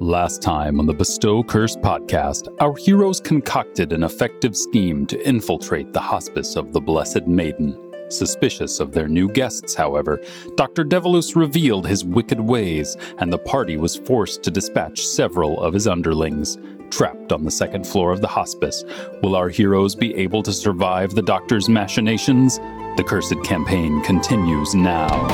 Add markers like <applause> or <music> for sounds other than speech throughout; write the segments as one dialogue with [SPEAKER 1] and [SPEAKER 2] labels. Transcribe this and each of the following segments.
[SPEAKER 1] Last time on the Bestow Curse podcast, our heroes concocted an effective scheme to infiltrate the hospice of the Blessed Maiden. Suspicious of their new guests, however, Dr. Devilus revealed his wicked ways, and the party was forced to dispatch several of his underlings. Trapped on the second floor of the hospice, will our heroes be able to survive the doctor's machinations? The Cursed Campaign continues now.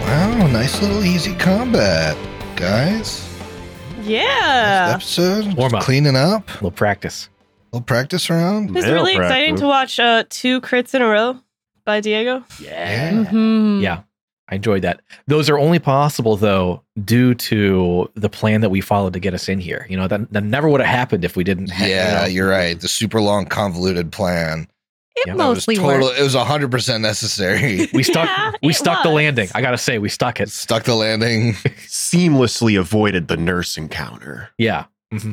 [SPEAKER 2] Wow, nice little easy combat, guys.
[SPEAKER 3] Yeah.
[SPEAKER 2] This episode,
[SPEAKER 4] Warm
[SPEAKER 2] just
[SPEAKER 4] up.
[SPEAKER 2] cleaning up,
[SPEAKER 4] little practice.
[SPEAKER 2] little practice round.
[SPEAKER 3] It was
[SPEAKER 4] Real
[SPEAKER 3] really exciting
[SPEAKER 4] practice.
[SPEAKER 3] to watch uh, two crits in a row by Diego.
[SPEAKER 2] Yeah.
[SPEAKER 5] Hmm.
[SPEAKER 3] Mm-hmm.
[SPEAKER 4] Yeah, I enjoyed that. Those are only possible though due to the plan that we followed to get us in here. You know that, that never would have happened if we didn't. ha- you
[SPEAKER 2] Yeah,
[SPEAKER 4] know.
[SPEAKER 2] you're right. The super long, convoluted plan.
[SPEAKER 5] It
[SPEAKER 4] Yeah.
[SPEAKER 2] That was
[SPEAKER 5] mostly
[SPEAKER 2] total-
[SPEAKER 5] worked.
[SPEAKER 2] It was hundred percent
[SPEAKER 4] <laughs>
[SPEAKER 2] necessary.
[SPEAKER 3] <laughs>
[SPEAKER 4] we stuck.
[SPEAKER 3] Yeah,
[SPEAKER 4] we
[SPEAKER 3] it
[SPEAKER 4] stuck the
[SPEAKER 3] was.
[SPEAKER 4] landing. I gotta say, we stuck it.
[SPEAKER 2] Stuck the landing.
[SPEAKER 6] seamlessly avoided the nurse encounter.
[SPEAKER 4] Yeah,
[SPEAKER 2] hmm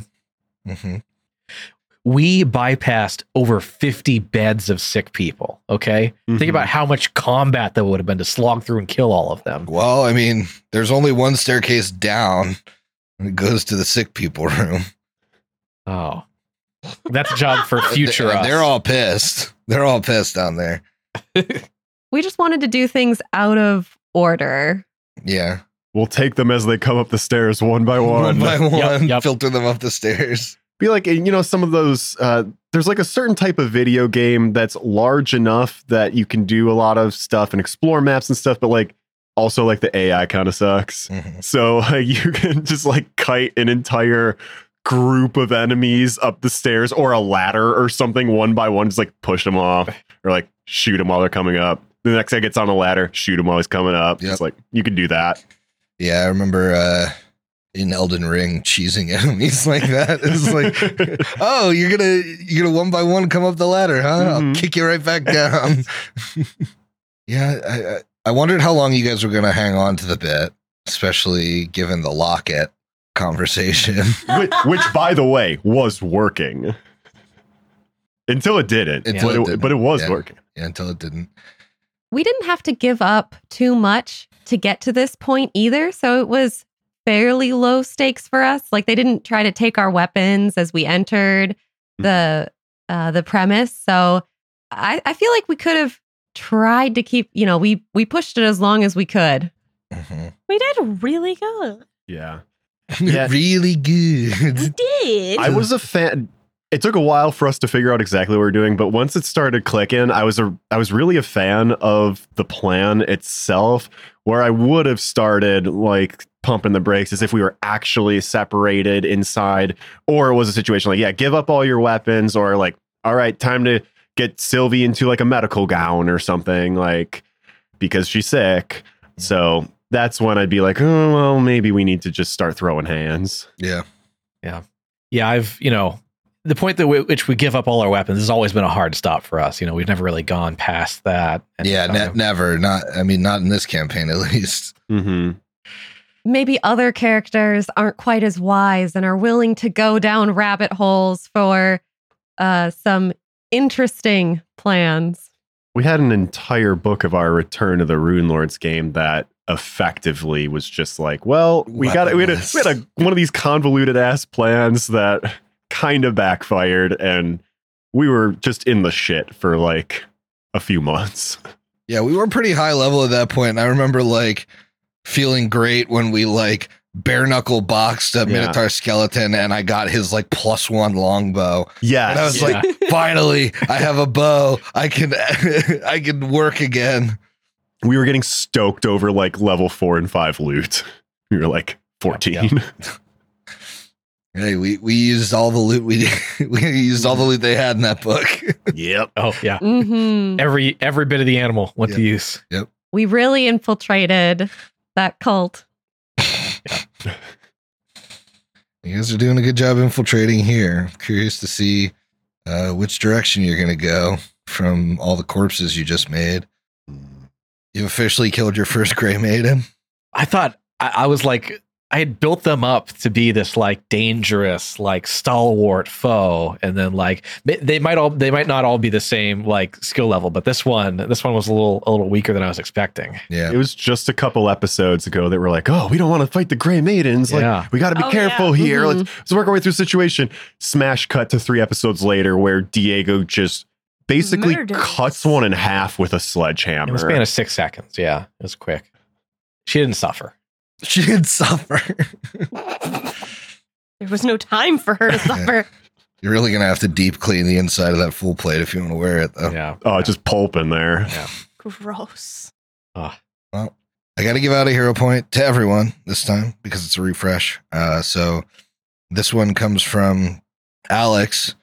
[SPEAKER 4] we bypassed over fifty beds of sick people. Okay, think
[SPEAKER 6] Mhm.
[SPEAKER 2] Mm-hmm.
[SPEAKER 4] about how much combat that would have been to slog through and kill all of them.
[SPEAKER 2] Well, I mean, there's only one staircase down. and It goes to the sick people room.
[SPEAKER 4] Oh, that's a job
[SPEAKER 2] <laughs>
[SPEAKER 4] for <laughs> future
[SPEAKER 2] They-
[SPEAKER 4] us.
[SPEAKER 2] They're all pissed. They're all pissed down there.
[SPEAKER 5] We just wanted to do things out of order.
[SPEAKER 2] Yeah.
[SPEAKER 6] We'll take them as they come up the stairs one by one.
[SPEAKER 2] One by one,
[SPEAKER 4] yep.
[SPEAKER 2] filter them up the stairs.
[SPEAKER 6] Be like, you know, some of those. Uh, there's like a certain type of video game that's large enough that you can do a lot of stuff and explore maps and stuff, but like also like the AI kind of sucks.
[SPEAKER 2] Mhm.
[SPEAKER 6] So <laughs> like, you can just like kite an entire group of enemies up the stairs or a ladder or something one by one, just like push them off or like shoot them while they're coming up. The next guy gets on a ladder, shoot him while he's coming up.
[SPEAKER 2] Yep.
[SPEAKER 6] It's like you can do that.
[SPEAKER 2] Yeah, I remember uh in Elden Ring cheesing <laughs> enemies like <laughs> that. It's like, oh, you're gonna you're gonna one by one come up the ladder, huh? I'll
[SPEAKER 6] Mhm.
[SPEAKER 2] kick you right back down. <laughs> yeah, I, I I wondered how long you guys were gonna hang on to the bit, especially given the locket conversation.
[SPEAKER 6] <laughs>
[SPEAKER 2] <laughs>
[SPEAKER 6] which, which by the way was working until it didn't
[SPEAKER 2] Until
[SPEAKER 6] but,
[SPEAKER 2] it
[SPEAKER 6] it
[SPEAKER 2] didn't,
[SPEAKER 6] but it was
[SPEAKER 2] yeah.
[SPEAKER 6] working
[SPEAKER 2] yeah, until it didn't.
[SPEAKER 5] We didn't have to give up too much to get to this point either. So it was fairly low stakes for us. Like they didn't try to take our weapons as we entered the uh, the premise. So I, I feel like we could have tried to keep, you know, we we pushed it as long as we could.
[SPEAKER 2] Mhm. <laughs>
[SPEAKER 3] We did really good.
[SPEAKER 6] yeah Yeah.
[SPEAKER 2] really
[SPEAKER 3] We Mm-hmm.
[SPEAKER 2] good.
[SPEAKER 3] did.
[SPEAKER 6] i was a fan it took a while for us to figure out exactly what we were doing but once it started clicking i was a i was really a fan of the plan itself where i would have started like pumping the brakes as if we were actually separated inside or it was a situation like yeah give up all your weapons or like all right time to get sylvie into like a medical gown or something like because she's sick so that's when i'd be like oh well maybe we need to just start throwing hands
[SPEAKER 2] Yeah.
[SPEAKER 4] yeah, I've you know the point that we, which we give up all our weapons has always been a hard stop for us. You know, we've never really gone past that. And
[SPEAKER 2] Yeah,
[SPEAKER 4] so-
[SPEAKER 2] ne- never. Not I mean, not in this campaign at least.
[SPEAKER 6] mm-hmm
[SPEAKER 5] Maybe other characters aren't quite as wise and are willing to go down rabbit holes for uh, some interesting plans.
[SPEAKER 6] we had an entire book of our Return of the Rune Lords game that effectively was just like, well, we got we had a, we had a one of these convoluted ass plans that kind of backfired, and we were just in the shit for like a few months.
[SPEAKER 2] Yeah, we were pretty high level at that point. And I remember like feeling great when we like bare knuckle boxed a
[SPEAKER 6] Yeah.
[SPEAKER 2] Minotaur skeleton and I got his like plus one longbow. <laughs>
[SPEAKER 6] Yes,
[SPEAKER 2] And I was
[SPEAKER 4] Yeah.
[SPEAKER 2] like, finally, I have a bow. I can <laughs> I can work again.
[SPEAKER 6] we were getting stoked over like level four and five loot. We were like fourteen.
[SPEAKER 2] Hey, we, we used all the loot we <laughs> we used all the loot they had in that book. <laughs>
[SPEAKER 6] <laughs> yep.
[SPEAKER 4] <laughs> Oh yeah,
[SPEAKER 5] hmm
[SPEAKER 4] every every bit of the animal went to
[SPEAKER 2] Yeah.
[SPEAKER 4] use.
[SPEAKER 5] we really infiltrated that cult.
[SPEAKER 2] You guys are doing a good job infiltrating here. I'm curious to see uh, which direction you're gonna go from all the corpses you just made. You've officially killed your first gray maiden.
[SPEAKER 4] I thought I, I was like, I had built them up to be this like dangerous, like stalwart foe, and then like they, they might all they might not all be the same like skill level, but this one this one was a little a little weaker than I was expecting.
[SPEAKER 2] Yeah.
[SPEAKER 6] It was just a couple episodes ago that were like, oh, we don't want to fight the Grey Maidens. Like,
[SPEAKER 4] Yeah.
[SPEAKER 6] we got to be
[SPEAKER 3] Oh,
[SPEAKER 6] careful
[SPEAKER 5] yeah.
[SPEAKER 6] here.
[SPEAKER 5] Mhm.
[SPEAKER 6] Let's, let's work our way through the situation. Smash cut to three episodes later where Diego just basically
[SPEAKER 3] Murders.
[SPEAKER 6] cuts one in half with a
[SPEAKER 4] In
[SPEAKER 6] sledgehammer.
[SPEAKER 4] the span of six seconds, yeah, it was quick. She didn't suffer.
[SPEAKER 2] She did suffer.
[SPEAKER 3] There was no time for her
[SPEAKER 4] <laughs>
[SPEAKER 3] to suffer.
[SPEAKER 2] You're really gonna have to deep clean the inside of that full plate if you want to wear it, though.
[SPEAKER 4] Yeah.
[SPEAKER 6] oh, just pulp in there.
[SPEAKER 3] Gross.
[SPEAKER 2] I got to give out a hero point to everyone this time because it's a refresh. Uh, so this one comes from Alex.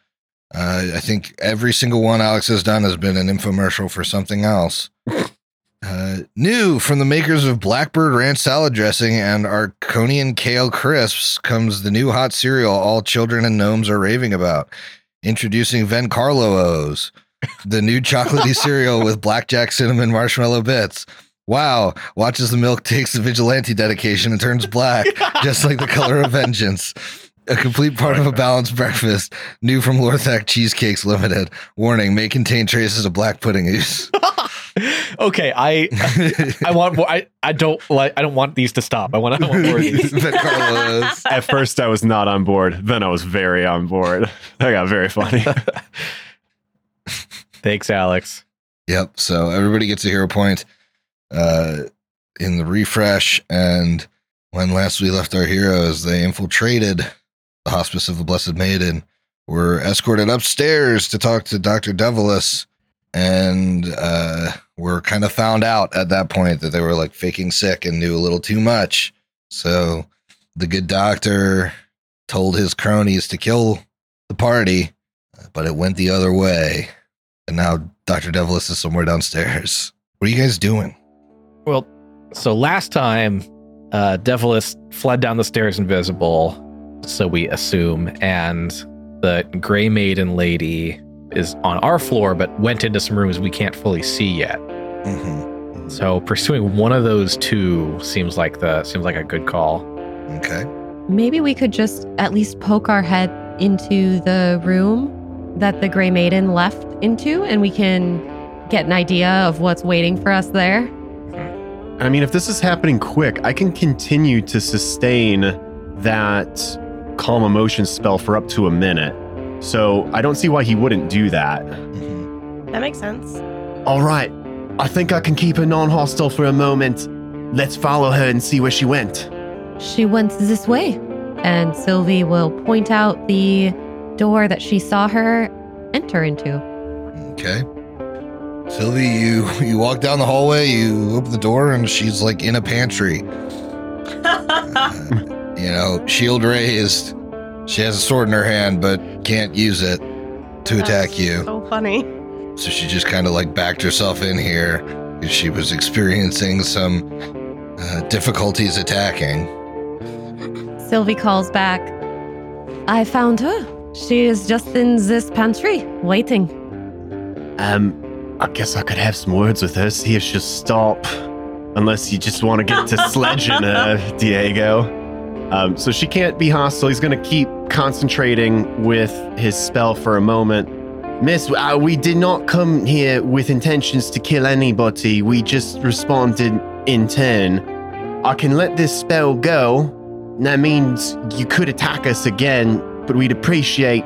[SPEAKER 2] Uh, I think every single one Alex has done has been an infomercial for something else. Uh, new from the makers of Blackbird Ranch Salad Dressing and Arconian Kale Crisps comes the new hot cereal all children and gnomes are raving about. Introducing Vencarlo O's, the new chocolatey cereal with blackjack cinnamon marshmallow bits. Wow, watches the milk takes the vigilante dedication and turns black, just like the color of vengeance. A complete part of a balanced breakfast, new from Lorthac Cheesecakes Limited. Warning, may contain traces of black pudding use.
[SPEAKER 4] <laughs> okay, I I want I I don't like I don't want these to stop. I want, I want more of
[SPEAKER 2] <laughs>
[SPEAKER 4] these.
[SPEAKER 2] But Carlos.
[SPEAKER 6] At first, I was not on board. Then I was very on board. <laughs> That got very funny.
[SPEAKER 4] <laughs> Thanks, Alex.
[SPEAKER 2] Yep. So everybody gets a hero point uh, in the refresh. And when last we left our heroes, they infiltrated the Hospice of the Blessed Maiden, were escorted upstairs to talk to Dr. Devilis, and uh, were kind of found out at that point that they were like faking sick and knew a little too much. So the good doctor told his cronies to kill the party, but it went the other way. And now Dr. Devilis is somewhere downstairs. What are you guys doing?
[SPEAKER 4] Well, so last time, uh, Devilis fled down the stairs invisible, so we assume, and the Grey Maiden lady is on our floor, but went into some rooms we can't fully see yet.
[SPEAKER 2] Mm-hmm.
[SPEAKER 4] So pursuing one of those two seems like the seems like a good call.
[SPEAKER 2] Okay.
[SPEAKER 5] Maybe we could just at least poke our head into the room that the Grey Maiden left into, and we can get an idea of what's waiting for us there.
[SPEAKER 6] <laughs> I mean, if this is happening quick, I can continue to sustain that calm emotion spell for up to a minute. So I don't see why he wouldn't do that.
[SPEAKER 2] Mhm.
[SPEAKER 3] That makes
[SPEAKER 4] <laughs>
[SPEAKER 3] sense.
[SPEAKER 6] All right. I think I can keep her non hostile for a moment. Let's follow her and see where she went.
[SPEAKER 5] She went this way. And Sylvie will point out the door that she saw her enter into.
[SPEAKER 2] Okay. Sylvie, you <laughs> you walk down the hallway, you open the door, and she's like in a pantry. Uh, You know, shield raised. She has a sword in her hand, but can't use it to attack
[SPEAKER 3] That's
[SPEAKER 2] you.
[SPEAKER 3] So funny.
[SPEAKER 2] So she just kind of like backed herself in here 'cause she was experiencing some uh, difficulties attacking.
[SPEAKER 5] Sylvie calls back I found her. She is just in this pantry, waiting.
[SPEAKER 6] Um, I guess I could have some words with her, see if she'll stop. Unless you just want to get to sledging her, Diego. Um, so she can't be hostile. He's going to keep concentrating with his spell for a moment. Miss, uh, we did not come here with intentions to kill anybody. We just responded in turn. I can let this spell go. That means you could attack us again, but we'd appreciate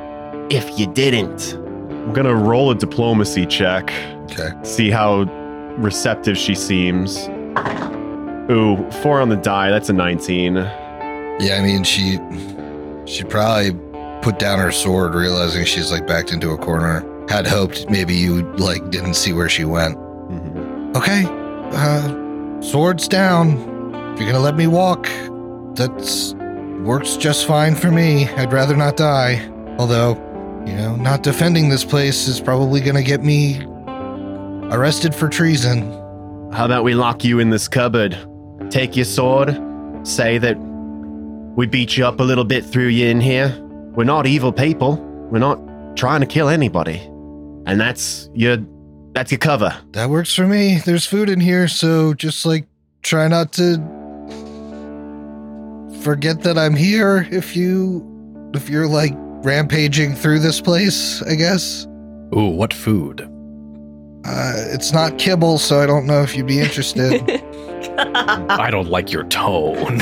[SPEAKER 6] if you didn't. I'm going to roll a diplomacy check,
[SPEAKER 2] Okay.
[SPEAKER 6] see how receptive she seems. Ooh, four on the die. That's a 19.
[SPEAKER 2] Yeah, I mean she she probably put down her sword realizing she's like backed into a corner. Had hoped maybe you like didn't see where she went.
[SPEAKER 6] Mhm.
[SPEAKER 2] Okay. Uh swords down. If you're gonna let me walk, that's works just fine for me. I'd rather not die. Although, you know, not defending this place is probably gonna get me arrested for treason.
[SPEAKER 6] How about we lock you in this cupboard? Take your sword, say that we beat you up a little bit through you in here. We're not evil people. We're not trying to kill anybody. And that's your that's your cover.
[SPEAKER 2] That works for me. There's food in here, so just like try not to forget that I'm here if you if you're like rampaging through this place, I guess.
[SPEAKER 4] Ooh, what food?
[SPEAKER 2] Uh, it's not kibble, so I don't know if you'd be interested.
[SPEAKER 3] <laughs>
[SPEAKER 4] I don't like your <laughs> tone.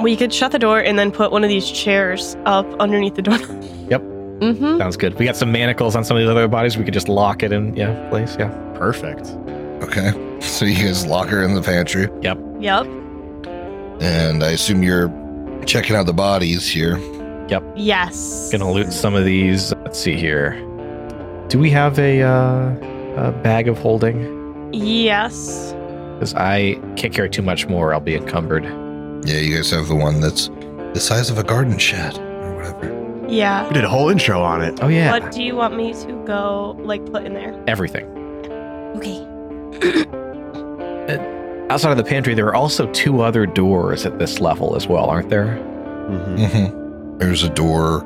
[SPEAKER 3] we could shut the door and then put one of these chairs up underneath the door. <laughs>
[SPEAKER 5] Mm-hmm.
[SPEAKER 4] Sounds good. We got some manacles on some of the other bodies. We could just lock it in, yeah, place, yeah.
[SPEAKER 6] Perfect.
[SPEAKER 2] okay. So you guys lock her in the pantry.
[SPEAKER 3] yep.
[SPEAKER 2] And I assume you're checking out the bodies here.
[SPEAKER 3] Yes.
[SPEAKER 4] Gonna loot some of these. Let's see here. Do we have a, uh, a bag of holding?
[SPEAKER 3] Yes.
[SPEAKER 4] Because I can't carry too much more. I'll be encumbered.
[SPEAKER 2] Yeah, you guys have the one that's the size of a garden shed or whatever.
[SPEAKER 3] Yeah.
[SPEAKER 6] We did a whole intro on it.
[SPEAKER 4] Oh yeah,
[SPEAKER 3] What do you want me to go like put in there? <laughs>
[SPEAKER 4] everything.
[SPEAKER 3] Okay.
[SPEAKER 4] Uh, Outside of the pantry, there are also two other doors at this level as well, aren't there?
[SPEAKER 6] Mm-hmm.
[SPEAKER 2] Mm-hmm. There's a door.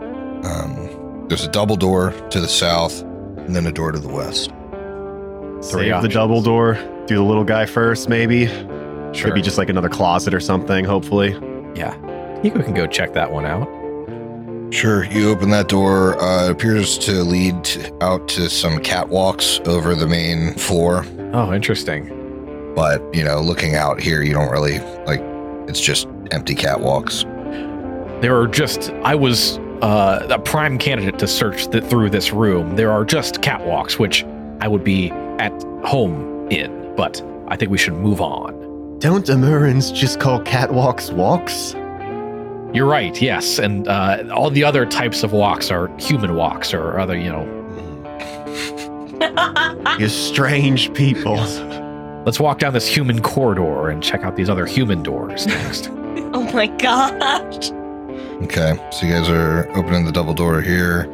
[SPEAKER 2] Um, there's a double door to the south, and then a door to the west.
[SPEAKER 4] Three
[SPEAKER 6] Save the
[SPEAKER 4] options.
[SPEAKER 6] double door. Do the little guy first, maybe.
[SPEAKER 4] Sure.
[SPEAKER 6] Maybe just like another closet or something. Hopefully.
[SPEAKER 4] yeah. I think we can go check that one out.
[SPEAKER 2] Sure. You open that door. Uh, it appears to lead t- out to some catwalks over the main floor.
[SPEAKER 4] Oh, interesting.
[SPEAKER 2] But, you know, looking out here, you don't really like it's just empty catwalks.
[SPEAKER 4] There are just I was uh, a prime candidate to search th- through this room. There are just catwalks, which I would be at home in, but I think we should move on.
[SPEAKER 6] Don't Amurans just call catwalks walks?
[SPEAKER 4] You're right. Yes, and uh, all the other types of walks are human walks or other, you know.
[SPEAKER 3] Oh
[SPEAKER 6] You strange people.
[SPEAKER 4] Let's walk down this human corridor and check out these other human doors next.
[SPEAKER 3] oh my gosh.
[SPEAKER 2] Okay. So you guys are opening the double door here.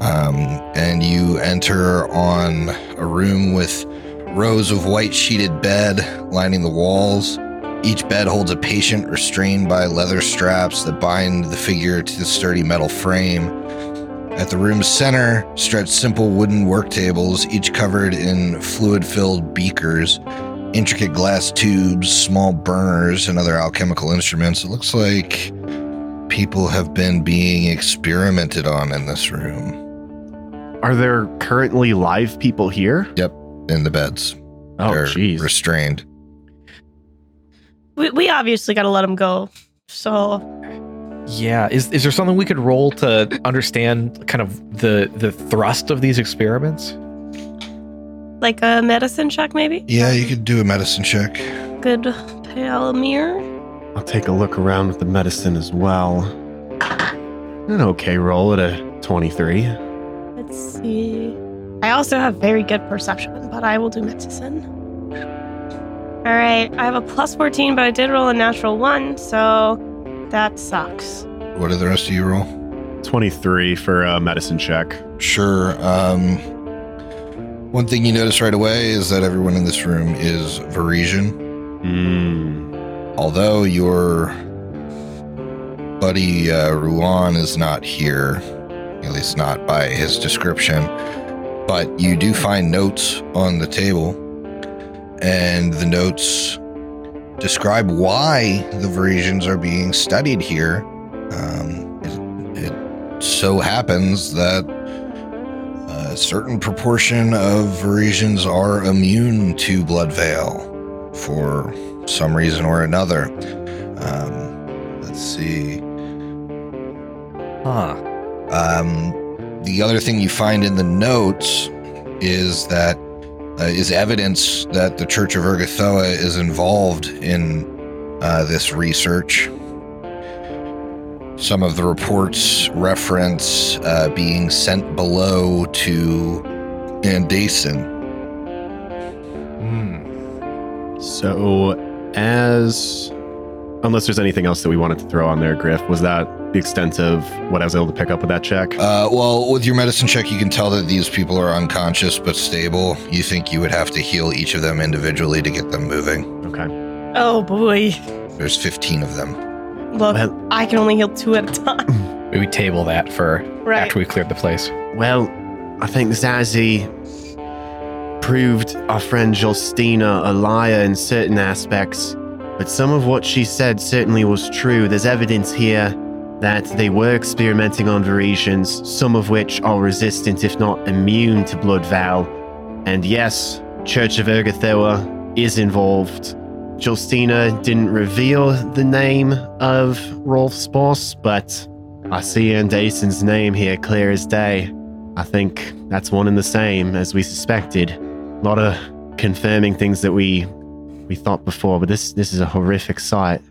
[SPEAKER 2] Um, and you enter on a room with rows of white sheeted bed lining the walls. Each bed holds a patient restrained by leather straps that bind the figure to the sturdy metal frame. At the room's center stretch simple wooden work tables, each covered in fluid filled beakers, intricate glass tubes, small burners, and other alchemical instruments. It looks like people have been being experimented on in this room
[SPEAKER 6] Are there currently live people here?
[SPEAKER 2] in the beds.
[SPEAKER 6] Oh,
[SPEAKER 2] They're
[SPEAKER 6] jeez.
[SPEAKER 2] restrained.
[SPEAKER 3] We, we obviously gotta let him go. So
[SPEAKER 4] yeah, is is there something we could roll to understand kind of the the thrust of these experiments?
[SPEAKER 3] like a medicine check maybe?
[SPEAKER 2] Yeah, you could do a medicine check.
[SPEAKER 3] Good Palmir.
[SPEAKER 6] I'll take a look around with the medicine as well. An okay roll at a 23.
[SPEAKER 3] Let's see. I also have very good perception, but I will do medicine. All right, I have a plus 14, but I did roll a natural one, so that sucks.
[SPEAKER 2] What do the rest of you roll?
[SPEAKER 6] 23 for a medicine check.
[SPEAKER 2] Sure. Um, one thing you notice right away is that everyone in this room is Varisian.
[SPEAKER 6] Mm.
[SPEAKER 2] Although your buddy uh, Ruan is not here, at least not by his description, but you do find notes on the table, and the notes describe why the Varisians are being studied here. Um, it, it so happens that a certain proportion of Varisians are immune to blood veil for some reason or another. Um, let's see.
[SPEAKER 4] Huh.
[SPEAKER 2] Um, the other thing you find in the notes is that uh, is evidence that the Church of Ergothoa is involved in uh, this research. Some of the reports reference uh, being sent below to Andason.
[SPEAKER 4] Hmm.
[SPEAKER 6] So, as. Unless there's anything else that we wanted to throw on there, Griff, was that the extent of what I was able to pick up with that check?
[SPEAKER 2] Uh, well, with your medicine check, you can tell that these people are unconscious but stable. You think you would have to heal each of them individually to get them moving.
[SPEAKER 6] okay.
[SPEAKER 3] Oh boy.
[SPEAKER 2] There's 15 of them.
[SPEAKER 3] Look,
[SPEAKER 6] Well-
[SPEAKER 3] I can only heal two at a time. <laughs>
[SPEAKER 4] Maybe table that for
[SPEAKER 3] Right.
[SPEAKER 4] after we cleared the place.
[SPEAKER 6] Well, I think Zazie proved our friend Justina a liar in certain aspects,
[SPEAKER 7] but some of what she said certainly was true. There's evidence here that they were experimenting on variations, some of which are resistant, if not immune, to blood vow. And yes, Church of Ergothoa is involved. Justina didn't reveal the name of Rolf's boss, but I see her and Dason's name here clear as day. I think that's one and the same as we suspected. A lot of confirming things that we we thought before, but this this is a horrific sight.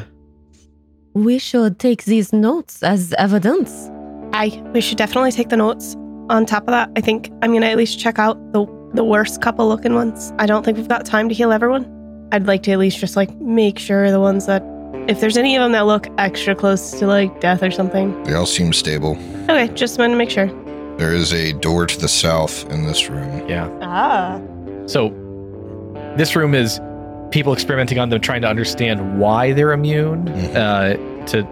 [SPEAKER 5] We should take these notes as evidence.
[SPEAKER 3] I we should definitely take the notes. On top of that, I think I'm gonna at least check out the the worst couple looking ones. I don't think we've got time to heal everyone. I'd like to at least just like make sure the ones that if there's any of them that look extra close to like death or something.
[SPEAKER 2] They all seem stable.
[SPEAKER 3] Okay, just want to make sure.
[SPEAKER 2] There is a door to the south in this room.
[SPEAKER 3] Ah.
[SPEAKER 4] So this room is people experimenting on them, trying to understand why they're immune,
[SPEAKER 2] Mhm.
[SPEAKER 4] uh, to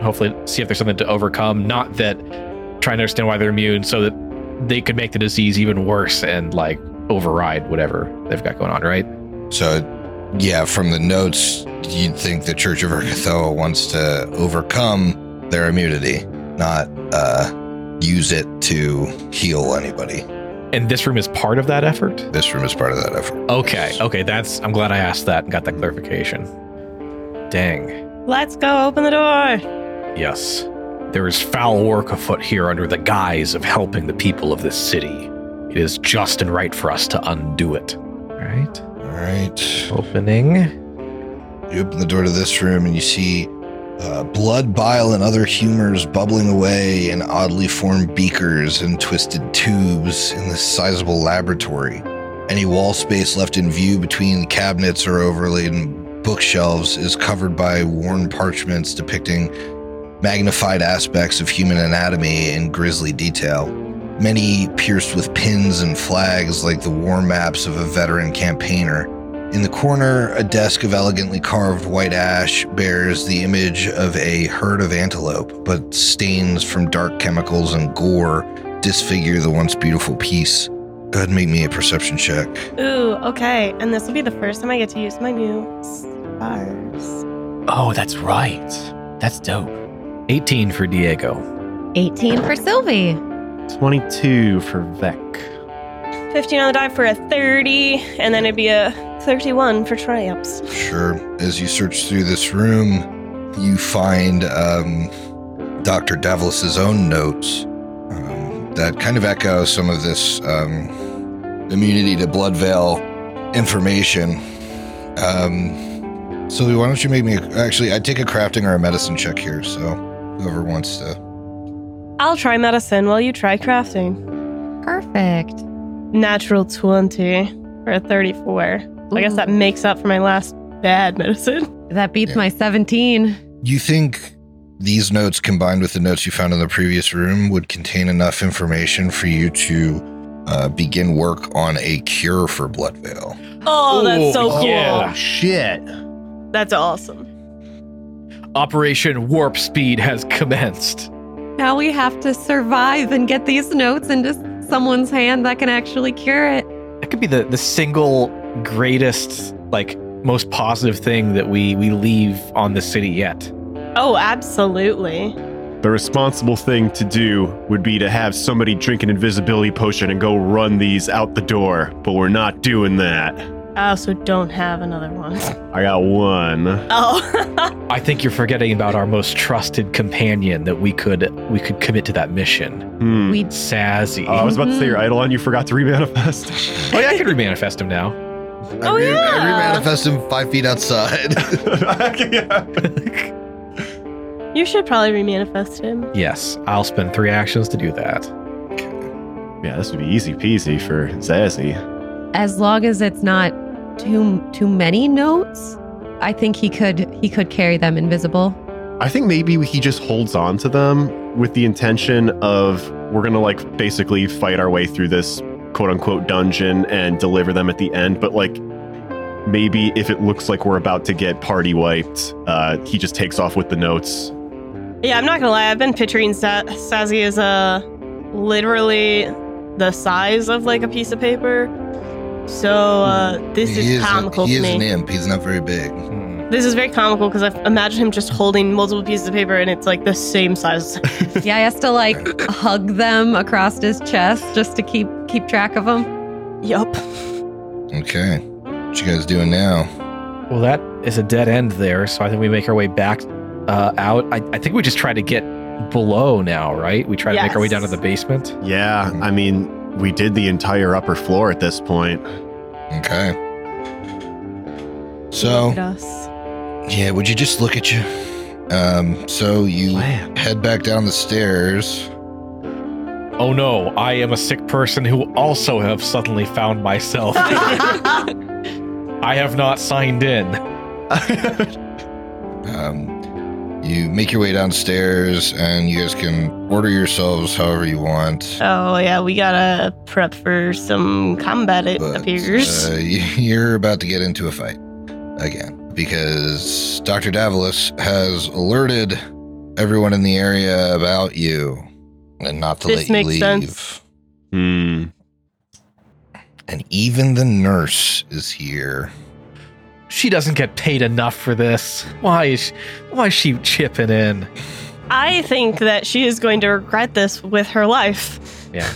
[SPEAKER 4] hopefully see if there's something to overcome. Not that trying to understand why they're immune, so that they could make the disease even worse and like override whatever they've got going on. Right?
[SPEAKER 2] So, yeah, from the notes, you'd think the Church of Ergothoa wants to overcome their immunity, not uh, use it to heal anybody.
[SPEAKER 4] And this room is part of that effort.
[SPEAKER 2] This room is part of that effort.
[SPEAKER 4] Okay. Okay. That's. I'm glad I asked that and got that clarification. Dang.
[SPEAKER 3] Let's go open the door.
[SPEAKER 4] Yes. There is foul work afoot here under the guise of helping the people of this city. It is just and right for us to undo it. All right.
[SPEAKER 2] All right.
[SPEAKER 4] Opening.
[SPEAKER 2] You open the door to this room and you see uh, blood, bile, and other humors bubbling away in oddly formed beakers and twisted tubes in this sizable laboratory. Any wall space left in view between cabinets or overladen bookshelves is covered by worn parchments depicting magnified aspects of human anatomy in grisly detail. Many pierced with pins and flags like the war maps of a veteran campaigner. In the corner, a desk of elegantly carved white ash bears the image of a herd of antelope, but stains from dark chemicals and gore disfigure the once beautiful piece. Go ahead and make me a perception check.
[SPEAKER 3] Ooh, okay. And this will be the first time I get to use my new stars.
[SPEAKER 7] Oh, that's right. That's dope.
[SPEAKER 4] 18 for Diego.
[SPEAKER 5] 18 for Sylvie.
[SPEAKER 7] Twenty-two for Vec.
[SPEAKER 3] 15 on the die for a 30, and then it'd be a 31 for triumphs.
[SPEAKER 2] Sure. As you search through this room, you find um, Dr. Davlis's own notes um, that kind of echo some of this um, immunity to blood veil information. Um, so why don't you make me actually? I take a crafting or a medicine check here. So whoever wants to.
[SPEAKER 3] I'll try medicine while you try crafting.
[SPEAKER 5] Perfect.
[SPEAKER 3] Natural 20 for a 34. So I guess that makes up for my last bad <laughs> medicine.
[SPEAKER 5] That beats
[SPEAKER 2] Yeah.
[SPEAKER 5] my 17.
[SPEAKER 2] You think these notes combined with the notes you found in the previous room would contain enough information for you to uh, begin work on a cure for blood veil?
[SPEAKER 3] Oh, that's so cool.
[SPEAKER 4] yeah.
[SPEAKER 7] Shit.
[SPEAKER 3] That's awesome.
[SPEAKER 4] Operation Warp Speed has commenced.
[SPEAKER 5] Now we have to survive and get these notes into someone's hand that can actually cure it.
[SPEAKER 4] That could be the, the single greatest, like, most positive thing that we, we leave on the city yet.
[SPEAKER 3] Oh, absolutely.
[SPEAKER 6] The responsible thing to do would be to have somebody drink an invisibility potion and go run these out the door, but we're not doing that.
[SPEAKER 3] I also don't have another one.
[SPEAKER 6] I got one.
[SPEAKER 3] <laughs> Oh.
[SPEAKER 4] I think you're forgetting about our most trusted companion that we could we could commit to that mission.
[SPEAKER 6] Hmm.
[SPEAKER 5] We
[SPEAKER 4] Sazzy.
[SPEAKER 6] Oh, I was about to say your idol on you forgot to
[SPEAKER 4] <laughs>
[SPEAKER 6] remanifest. <laughs>
[SPEAKER 4] oh yeah, I could remanifest him now.
[SPEAKER 3] Oh,
[SPEAKER 2] I re-
[SPEAKER 3] yeah.
[SPEAKER 2] I remanifest him five feet
[SPEAKER 3] <laughs>
[SPEAKER 2] outside.
[SPEAKER 3] <laughs> you should probably remanifest him.
[SPEAKER 4] Yes, I'll spend three actions to do that.
[SPEAKER 6] <laughs> yeah, this would be easy peasy for Zazzy.
[SPEAKER 5] As long as it's not too too many notes, I think he could he could carry
[SPEAKER 3] <laughs>
[SPEAKER 5] them invisible.
[SPEAKER 6] I think maybe he just holds on to them with the intention of we're gonna like basically fight our way through this quote unquote dungeon and deliver them at the end, but like maybe if it looks like we're about to get party wiped, uh, he just takes off with the notes.
[SPEAKER 3] Yeah, I'm not gonna lie. I've been picturing Sa- Sazi as uh, literally the size of like a piece of paper. So uh, this
[SPEAKER 2] he
[SPEAKER 3] is comical
[SPEAKER 2] he
[SPEAKER 3] to
[SPEAKER 2] is an
[SPEAKER 3] me.
[SPEAKER 2] imp. He's not very big.
[SPEAKER 4] Hmm.
[SPEAKER 3] This is very comical because I f- imagine him just holding multiple pieces of paper and it's like the same size.
[SPEAKER 5] Yeah, he has to like hug them across his chest just to keep keep track of them.
[SPEAKER 3] yup.
[SPEAKER 2] Okay. What you guys doing now?
[SPEAKER 4] Well, that is a dead end there, so I think we make our way back uh, out. I, I think we just try to get below now, right? We try to make our way down to
[SPEAKER 3] Yes.
[SPEAKER 4] the basement.
[SPEAKER 6] Yeah, I mean, we did the entire upper floor at this point.
[SPEAKER 2] Okay. So,
[SPEAKER 3] Us. <laughs>
[SPEAKER 2] yeah, would you just look at you? Um, so you
[SPEAKER 7] Wow.
[SPEAKER 2] head back down the stairs.
[SPEAKER 4] Oh no, I am a sick person who also have suddenly
[SPEAKER 3] <laughs>
[SPEAKER 4] found myself. I have not signed in.
[SPEAKER 2] Um, you make your way downstairs and you guys can order yourselves however you want.
[SPEAKER 3] Oh yeah, we gotta prep for some combat. It
[SPEAKER 2] But,
[SPEAKER 3] appears.
[SPEAKER 2] uh, <laughs> you're about to get into a fight again because Dr. Davalos has alerted everyone in the area about you and not to
[SPEAKER 3] This
[SPEAKER 2] let you
[SPEAKER 3] makes
[SPEAKER 2] leave.
[SPEAKER 3] sense.
[SPEAKER 6] Hmm.
[SPEAKER 2] And even the nurse is here.
[SPEAKER 4] She doesn't get paid enough for this. Why is she, why is she chipping in?
[SPEAKER 3] I think that she is going to regret this with her life.
[SPEAKER 4] Yeah.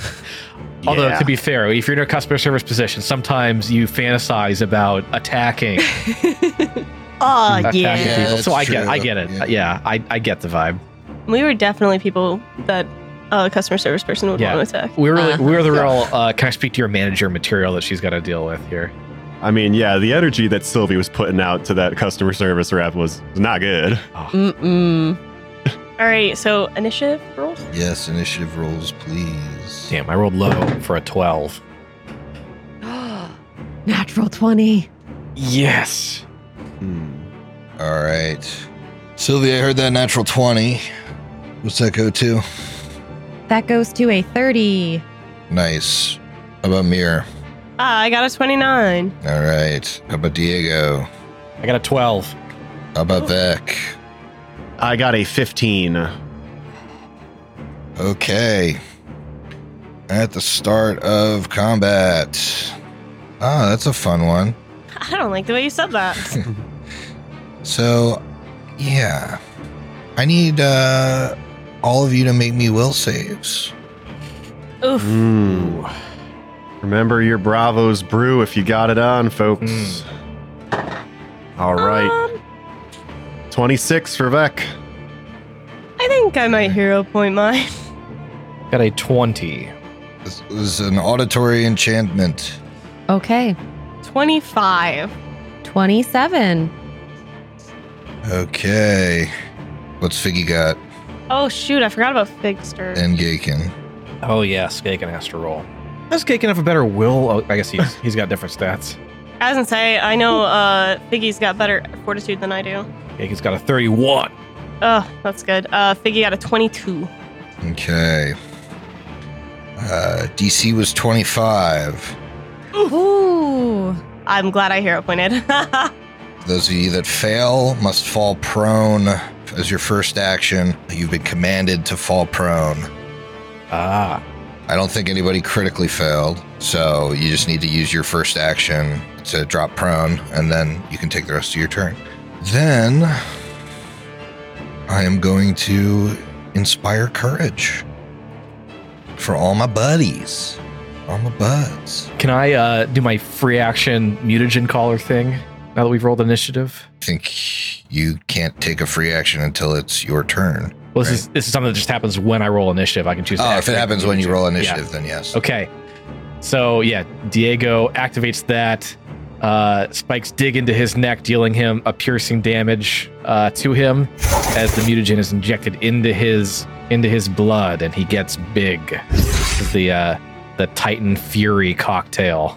[SPEAKER 4] Although
[SPEAKER 6] Yeah.
[SPEAKER 4] to be fair, if you're in a customer service position, sometimes you fantasize about
[SPEAKER 2] <laughs>
[SPEAKER 4] attacking,
[SPEAKER 3] Oh
[SPEAKER 4] attacking
[SPEAKER 3] yeah.
[SPEAKER 2] Uh, Yeah,
[SPEAKER 4] people. So
[SPEAKER 2] that's
[SPEAKER 4] I get, I
[SPEAKER 2] true.
[SPEAKER 4] get it.
[SPEAKER 2] Yeah.
[SPEAKER 4] Yeah, I, I get the vibe.
[SPEAKER 3] We were definitely people that a customer service person would
[SPEAKER 4] Yeah.
[SPEAKER 3] want to attack.
[SPEAKER 4] We're really,
[SPEAKER 5] Uh-huh.
[SPEAKER 4] we're the real. Uh, can I speak to your manager material that she's got to deal with here?
[SPEAKER 6] I mean, yeah, the energy that Sylvie was putting out to that customer service rep was not good.
[SPEAKER 5] Mm-mm. <gasps>
[SPEAKER 3] All right, so initiative rolls.
[SPEAKER 2] Yes, initiative rolls, please.
[SPEAKER 4] Damn, I rolled low for a twelve.
[SPEAKER 5] Natural twenty.
[SPEAKER 4] Yes.
[SPEAKER 6] Hmm.
[SPEAKER 2] All right. Sylvia, I heard that natural 20. What's that go to?
[SPEAKER 5] That goes to a thirty.
[SPEAKER 2] Nice. How about Mir?
[SPEAKER 3] Ah, I got a twenty-nine. <laughs>
[SPEAKER 2] All right. How about Diego?
[SPEAKER 4] I got a twelve.
[SPEAKER 2] How about Vec?
[SPEAKER 7] I got a 15.
[SPEAKER 2] Okay. At the start of combat. Ah, that's a fun one.
[SPEAKER 3] I don't like the way you said that.
[SPEAKER 2] So, yeah. I need uh, all of you to make me will saves.
[SPEAKER 3] Oof.
[SPEAKER 7] Ooh.
[SPEAKER 6] Remember your Bravo's brew if you got it on, folks.
[SPEAKER 2] Hmm.
[SPEAKER 6] All right,
[SPEAKER 3] Um,
[SPEAKER 6] 26 for Vec.
[SPEAKER 3] I think I might hero point mine. <laughs>
[SPEAKER 4] Got a twenty.
[SPEAKER 2] This was an auditory enchantment.
[SPEAKER 5] Okay,
[SPEAKER 3] Twenty-five.
[SPEAKER 5] twenty-seven.
[SPEAKER 2] Okay. What's Figgy got?
[SPEAKER 3] Oh shoot, I forgot about Figster.
[SPEAKER 2] And Gaken.
[SPEAKER 4] Oh yeah, Skaken has to roll. Does Skaken have a better will? Oh, I guess he's he's got different stats.
[SPEAKER 3] I was gonna say, I know uh, Figgy's got better fortitude than I do.
[SPEAKER 4] Skaken's got a thirty-one.
[SPEAKER 3] Oh, that's good. Uh, Figgy got a 22.
[SPEAKER 2] Okay. Uh, DC was 25.
[SPEAKER 5] Ooh.
[SPEAKER 3] I'm glad I hero pointed. <laughs>
[SPEAKER 2] Those of you that fail must fall prone as your first action. You've been commanded to fall prone.
[SPEAKER 4] Ah,
[SPEAKER 2] I don't think anybody critically failed, so you just need to use your first action to drop prone, and then you can take the rest of your turn. Then I am going to inspire courage for all my buddies, all my buds.
[SPEAKER 4] can I uh, do my free action mutagen collar thing now that we've rolled initiative?
[SPEAKER 2] I think you can't take a free action until it's your turn.
[SPEAKER 4] Well, this is this is something that just happens when I roll initiative. I can choose. to
[SPEAKER 2] Oh, if it
[SPEAKER 4] activate
[SPEAKER 2] happens when you
[SPEAKER 4] mutagen.
[SPEAKER 2] roll
[SPEAKER 4] Yeah.
[SPEAKER 2] initiative, then yes.
[SPEAKER 4] Okay. So yeah, Diego activates that. Uh, spikes dig into his neck, dealing him a piercing damage uh, to him as the mutagen is injected into his into his blood, and he gets big. This is the uh, the Titan Fury cocktail.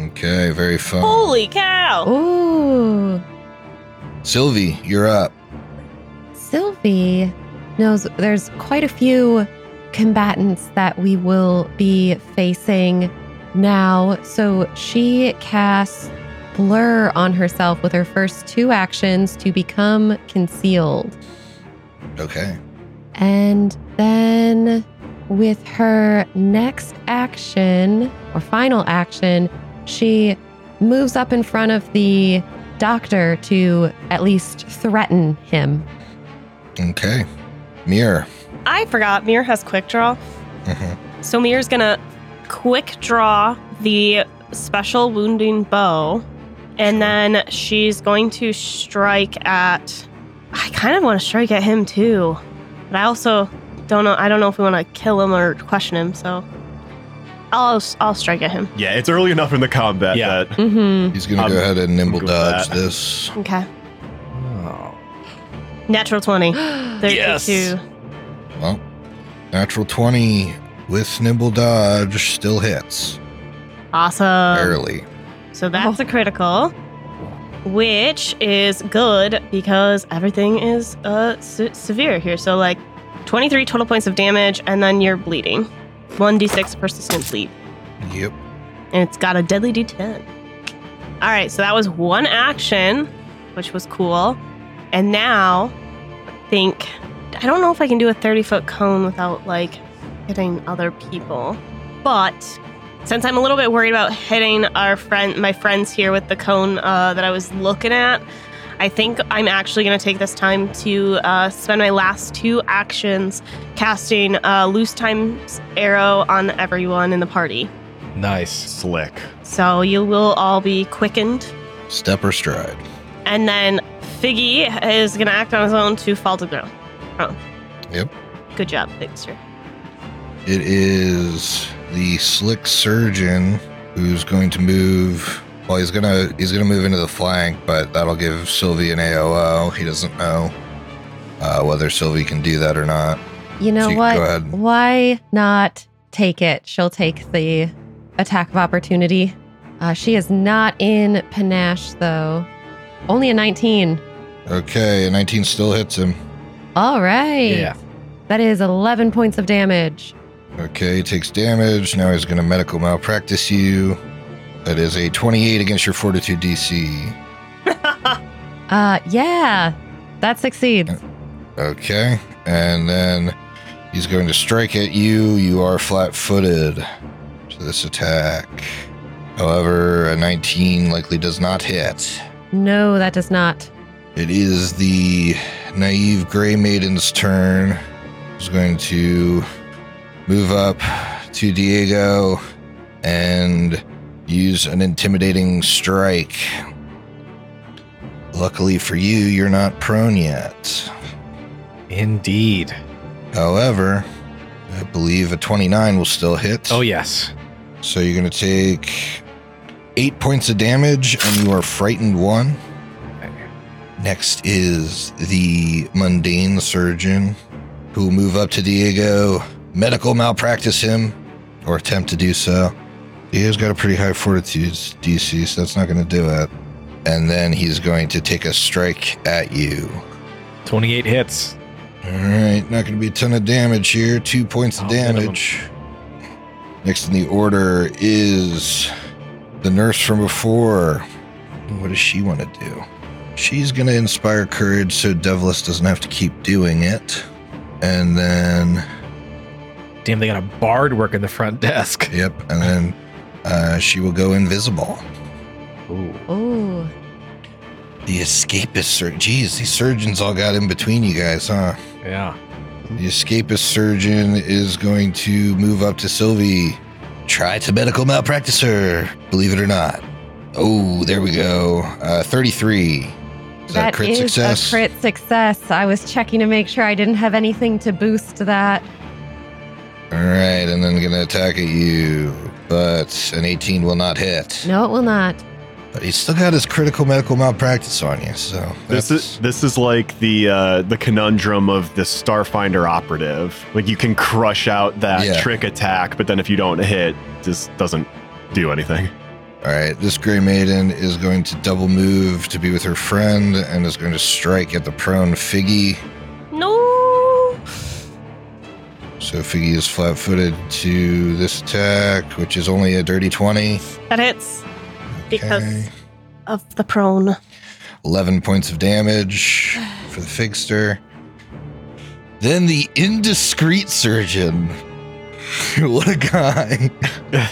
[SPEAKER 2] Okay, very fun.
[SPEAKER 3] Holy cow!
[SPEAKER 5] Oh. Ooh.
[SPEAKER 2] Sylvie, you're up.
[SPEAKER 5] Sylvie knows there's quite a few combatants that we will be facing now. So she casts Blur on herself with her first two actions to become concealed.
[SPEAKER 2] Okay.
[SPEAKER 5] And then with her next action or final action, she moves up in front of the doctor to at least threaten him. <gasps>
[SPEAKER 2] Okay. Mirror.
[SPEAKER 3] I forgot Mir has quick draw.
[SPEAKER 2] Mhm.
[SPEAKER 3] So Mir's gonna quick draw the special wounding bow, and then she's going to strike at. I kind of want to strike at him too, but I also don't know. I don't know if we want to kill him or question him. So I'll I'll strike at him.
[SPEAKER 6] Yeah, it's early enough in the combat
[SPEAKER 4] Yeah.
[SPEAKER 6] that
[SPEAKER 5] Mm-hmm.
[SPEAKER 2] He's going to
[SPEAKER 6] Um,
[SPEAKER 2] go ahead and nimble
[SPEAKER 6] go with
[SPEAKER 2] dodge
[SPEAKER 6] that.
[SPEAKER 2] this.
[SPEAKER 3] Okay,
[SPEAKER 4] Oh.
[SPEAKER 3] natural twenty.
[SPEAKER 4] Yes.
[SPEAKER 3] 32.
[SPEAKER 2] Well, natural 20 with nimble dodge still hits.
[SPEAKER 3] Awesome.
[SPEAKER 2] Barely.
[SPEAKER 3] So that's a critical, which is good because everything is uh se- severe here. So like 23 total points of damage, and then you're bleeding. 1d6 persistent bleed,
[SPEAKER 2] Yep.
[SPEAKER 3] and it's got a deadly d10. All right, so that was one action, which was cool, and now I think I don't know if I can do a 30 foot cone without like hitting other people, but since I'm a little bit worried about hitting our friend, my friends here with the cone uh, that I was looking at, I think I'm actually going to take this time to uh, spend my last two actions casting uh, loose time's arrow on everyone in the party.
[SPEAKER 4] Nice.
[SPEAKER 6] slick.
[SPEAKER 3] So you will all be quickened,
[SPEAKER 2] Step or stride.
[SPEAKER 3] and then Figgy is going to act on his own to fall to the ground. Oh,
[SPEAKER 2] Yep.
[SPEAKER 3] Good job, Figster.
[SPEAKER 2] It is the slick surgeon who's going to move. Well, he's gonna he's gonna move into the flank, but that'll give Sylvie an AOO. He doesn't know uh, whether Sylvie can do that or not.
[SPEAKER 5] You know
[SPEAKER 2] So you
[SPEAKER 5] what?
[SPEAKER 2] Go ahead.
[SPEAKER 5] Why not take it? She'll take the attack of opportunity. Uh, she is not in panache, though. Only a 19.
[SPEAKER 2] Okay, a 19 still hits him.
[SPEAKER 5] All right.
[SPEAKER 4] Yeah.
[SPEAKER 5] That is 11 points of damage.
[SPEAKER 2] Okay, he takes damage. Now he's gonna medical malpractice you. That is a 28 against your fortitude DC.
[SPEAKER 5] Uh, yeah. That succeeds.
[SPEAKER 2] Uh, Okay, and then he's going to strike at you. You are flat footed to this attack. However, a 19 likely does not hit.
[SPEAKER 5] No, that does not.
[SPEAKER 2] It is the naive Grey Maiden's turn. He's going to move up to Diego and use an intimidating strike. Luckily for you, you're not prone yet.
[SPEAKER 4] Indeed.
[SPEAKER 2] However, I believe a 29 will still hit.
[SPEAKER 4] Oh, yes.
[SPEAKER 2] So you're going to take eight points of damage and you are frightened one. Next is the mundane surgeon who will move up to Diego, medical malpractice him, or attempt to do so. Diego's got a pretty high fortitude DC, so that's not going to do it. And then he's going to take a strike at you.
[SPEAKER 4] 28 hits.
[SPEAKER 2] All right, not going to be a ton of damage here. Two points of
[SPEAKER 4] Oh, minimum.
[SPEAKER 2] damage. Next in the order is the nurse from before. What does she want to do? She's going to inspire courage so Devilis doesn't have to keep doing it. And then,
[SPEAKER 4] Damn, they got a bard working the front <laughs> desk.
[SPEAKER 2] yep, and then uh, she will go invisible.
[SPEAKER 4] Ooh.
[SPEAKER 5] Oh,
[SPEAKER 2] The escapist surgeon. Geez, these surgeons all got in between you guys, huh?
[SPEAKER 4] Yeah.
[SPEAKER 2] The escapist surgeon is going to move up to Sylvie. Try to medical malpractice her, believe it or not. Oh, there we go. Uh, 33. Is that,
[SPEAKER 5] that
[SPEAKER 2] crit
[SPEAKER 5] is
[SPEAKER 2] success?
[SPEAKER 5] a crit success. I was checking to make sure I didn't have anything to boost that.
[SPEAKER 2] All right, and then going to attack at you. But an 18 will not hit.
[SPEAKER 5] No, it
[SPEAKER 2] <laughs>
[SPEAKER 5] will not.
[SPEAKER 2] But he's still got his critical medical malpractice on you, so.
[SPEAKER 6] This
[SPEAKER 2] that's-
[SPEAKER 6] is this is like the uh, the conundrum of the Starfinder operative. Like you can crush out that
[SPEAKER 2] Yeah.
[SPEAKER 6] trick attack, but then if you don't hit, it just doesn't do anything.
[SPEAKER 2] All right, this Grey Maiden is going to double move to be with her friend and is going to strike at the prone Figgy.
[SPEAKER 3] No.
[SPEAKER 2] So Figgy is flat footed to this attack, which is only a dirty 20.
[SPEAKER 3] That hits because
[SPEAKER 2] Okay.
[SPEAKER 3] of the prone.
[SPEAKER 2] 11 points of damage for the Figster. Then the indiscreet surgeon. <laughs> what a guy. <laughs>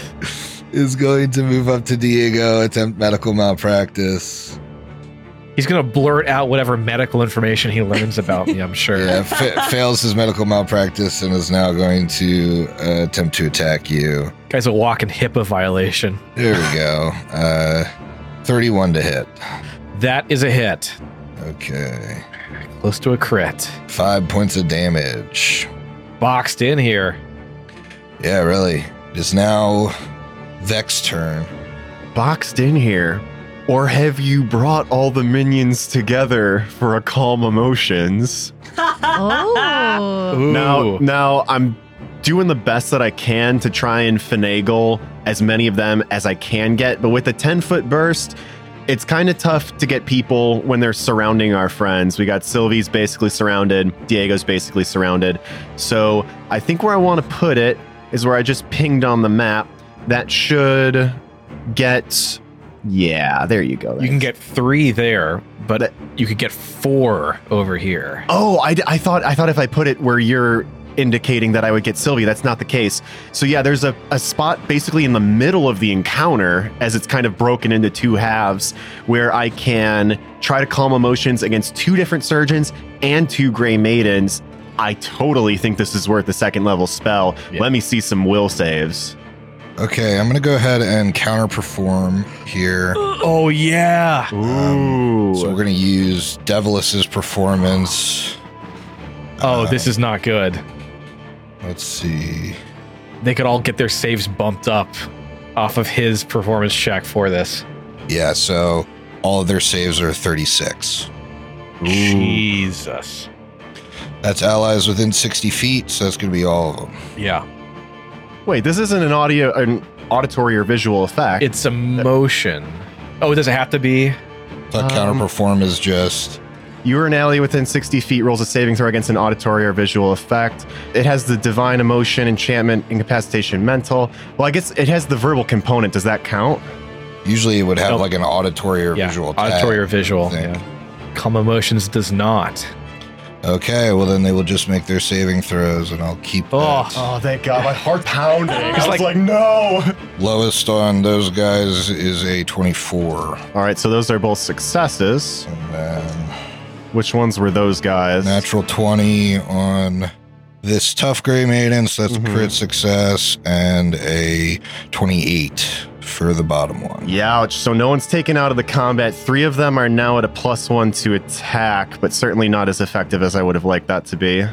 [SPEAKER 2] is going to move up to Diego, attempt medical malpractice.
[SPEAKER 4] He's gonna blurt out whatever medical information he learns about me. I'm sure.
[SPEAKER 2] Yeah, uh, fa- fails his medical malpractice and is now going to uh, attempt to attack you.
[SPEAKER 4] Guy's a walking HIPAA violation.
[SPEAKER 2] There we go. Uh, 31 to hit.
[SPEAKER 4] That is a hit,
[SPEAKER 2] Okay.
[SPEAKER 4] close to a crit.
[SPEAKER 2] Five points of damage.
[SPEAKER 4] Boxed in here.
[SPEAKER 2] Yeah, really. It's now Vex turn.
[SPEAKER 6] boxed in here? Or have you brought all the minions together for a calm emotions?
[SPEAKER 5] Oh.
[SPEAKER 4] Ooh.
[SPEAKER 6] Now, now I'm doing the best that I can to try and finagle as many of them as I can get. But with a 10 foot burst, it's kind of tough to get people when they're surrounding our friends. We got Sylvie's basically surrounded, Diego's basically surrounded. So I think where I want to put it is where I just pinged on the map. That should get. Yeah, there you go.
[SPEAKER 4] you can get three there, but
[SPEAKER 6] That-
[SPEAKER 4] you could get four over here.
[SPEAKER 6] Oh, I, d- I thought I thought if I put it where you're indicating that I would get Sylvie, that's not the case. So yeah, there's a, a spot basically in the middle of the encounter as it's kind of broken into two halves where I can try to calm emotions against two different surgeons and two gray maidens. I totally think this is worth a second level spell.
[SPEAKER 4] Yeah.
[SPEAKER 6] Let me see some will saves.
[SPEAKER 2] Okay, I'm going to go ahead and counter perform here.
[SPEAKER 4] Oh yeah.
[SPEAKER 2] Um, So we're going to use Devilis's performance. Uh,
[SPEAKER 4] Oh, this is not good.
[SPEAKER 2] Let's see.
[SPEAKER 4] They could all get their saves bumped up off of his performance check for this.
[SPEAKER 2] Yeah, so all of their saves are 36.
[SPEAKER 4] Jesus.
[SPEAKER 2] That's allies within 60 feet, so that's going to be all of them.
[SPEAKER 4] Yeah.
[SPEAKER 6] Wait, this isn't an audio an auditory or visual effect.
[SPEAKER 4] It's emotion. Oh, does it have to be?
[SPEAKER 2] But
[SPEAKER 6] Um,
[SPEAKER 2] counter perform is just
[SPEAKER 6] You or an ally within 60 feet rolls a saving throw against an auditory or visual effect. It has the divine emotion, enchantment, incapacitation, mental. Well, I guess it has the verbal component. Does that count?
[SPEAKER 2] usually it would have
[SPEAKER 4] Nope.
[SPEAKER 2] like an auditory or
[SPEAKER 4] oh, yeah.
[SPEAKER 2] visual attack.
[SPEAKER 4] Auditory or visual.
[SPEAKER 2] think.
[SPEAKER 4] Yeah. Calm emotions does not.
[SPEAKER 2] Okay, well then they will just make their saving throws, and I'll keep
[SPEAKER 4] Oh.
[SPEAKER 2] that.
[SPEAKER 6] Oh, thank God. My heart pounding. I
[SPEAKER 4] was like-
[SPEAKER 6] no.
[SPEAKER 2] lowest on those guys is a twenty-four,
[SPEAKER 6] All right, so those are both successes.
[SPEAKER 2] and then
[SPEAKER 6] Which ones were those guys?
[SPEAKER 2] natural twenty on this tough gray maiden, so that's
[SPEAKER 6] Mhm.
[SPEAKER 2] a crit success, and a twenty-eight for the bottom one.
[SPEAKER 6] Youch. So no one's taken out of the combat. Three of them are now at a plus one to attack, but certainly not as effective as I would have liked that to be.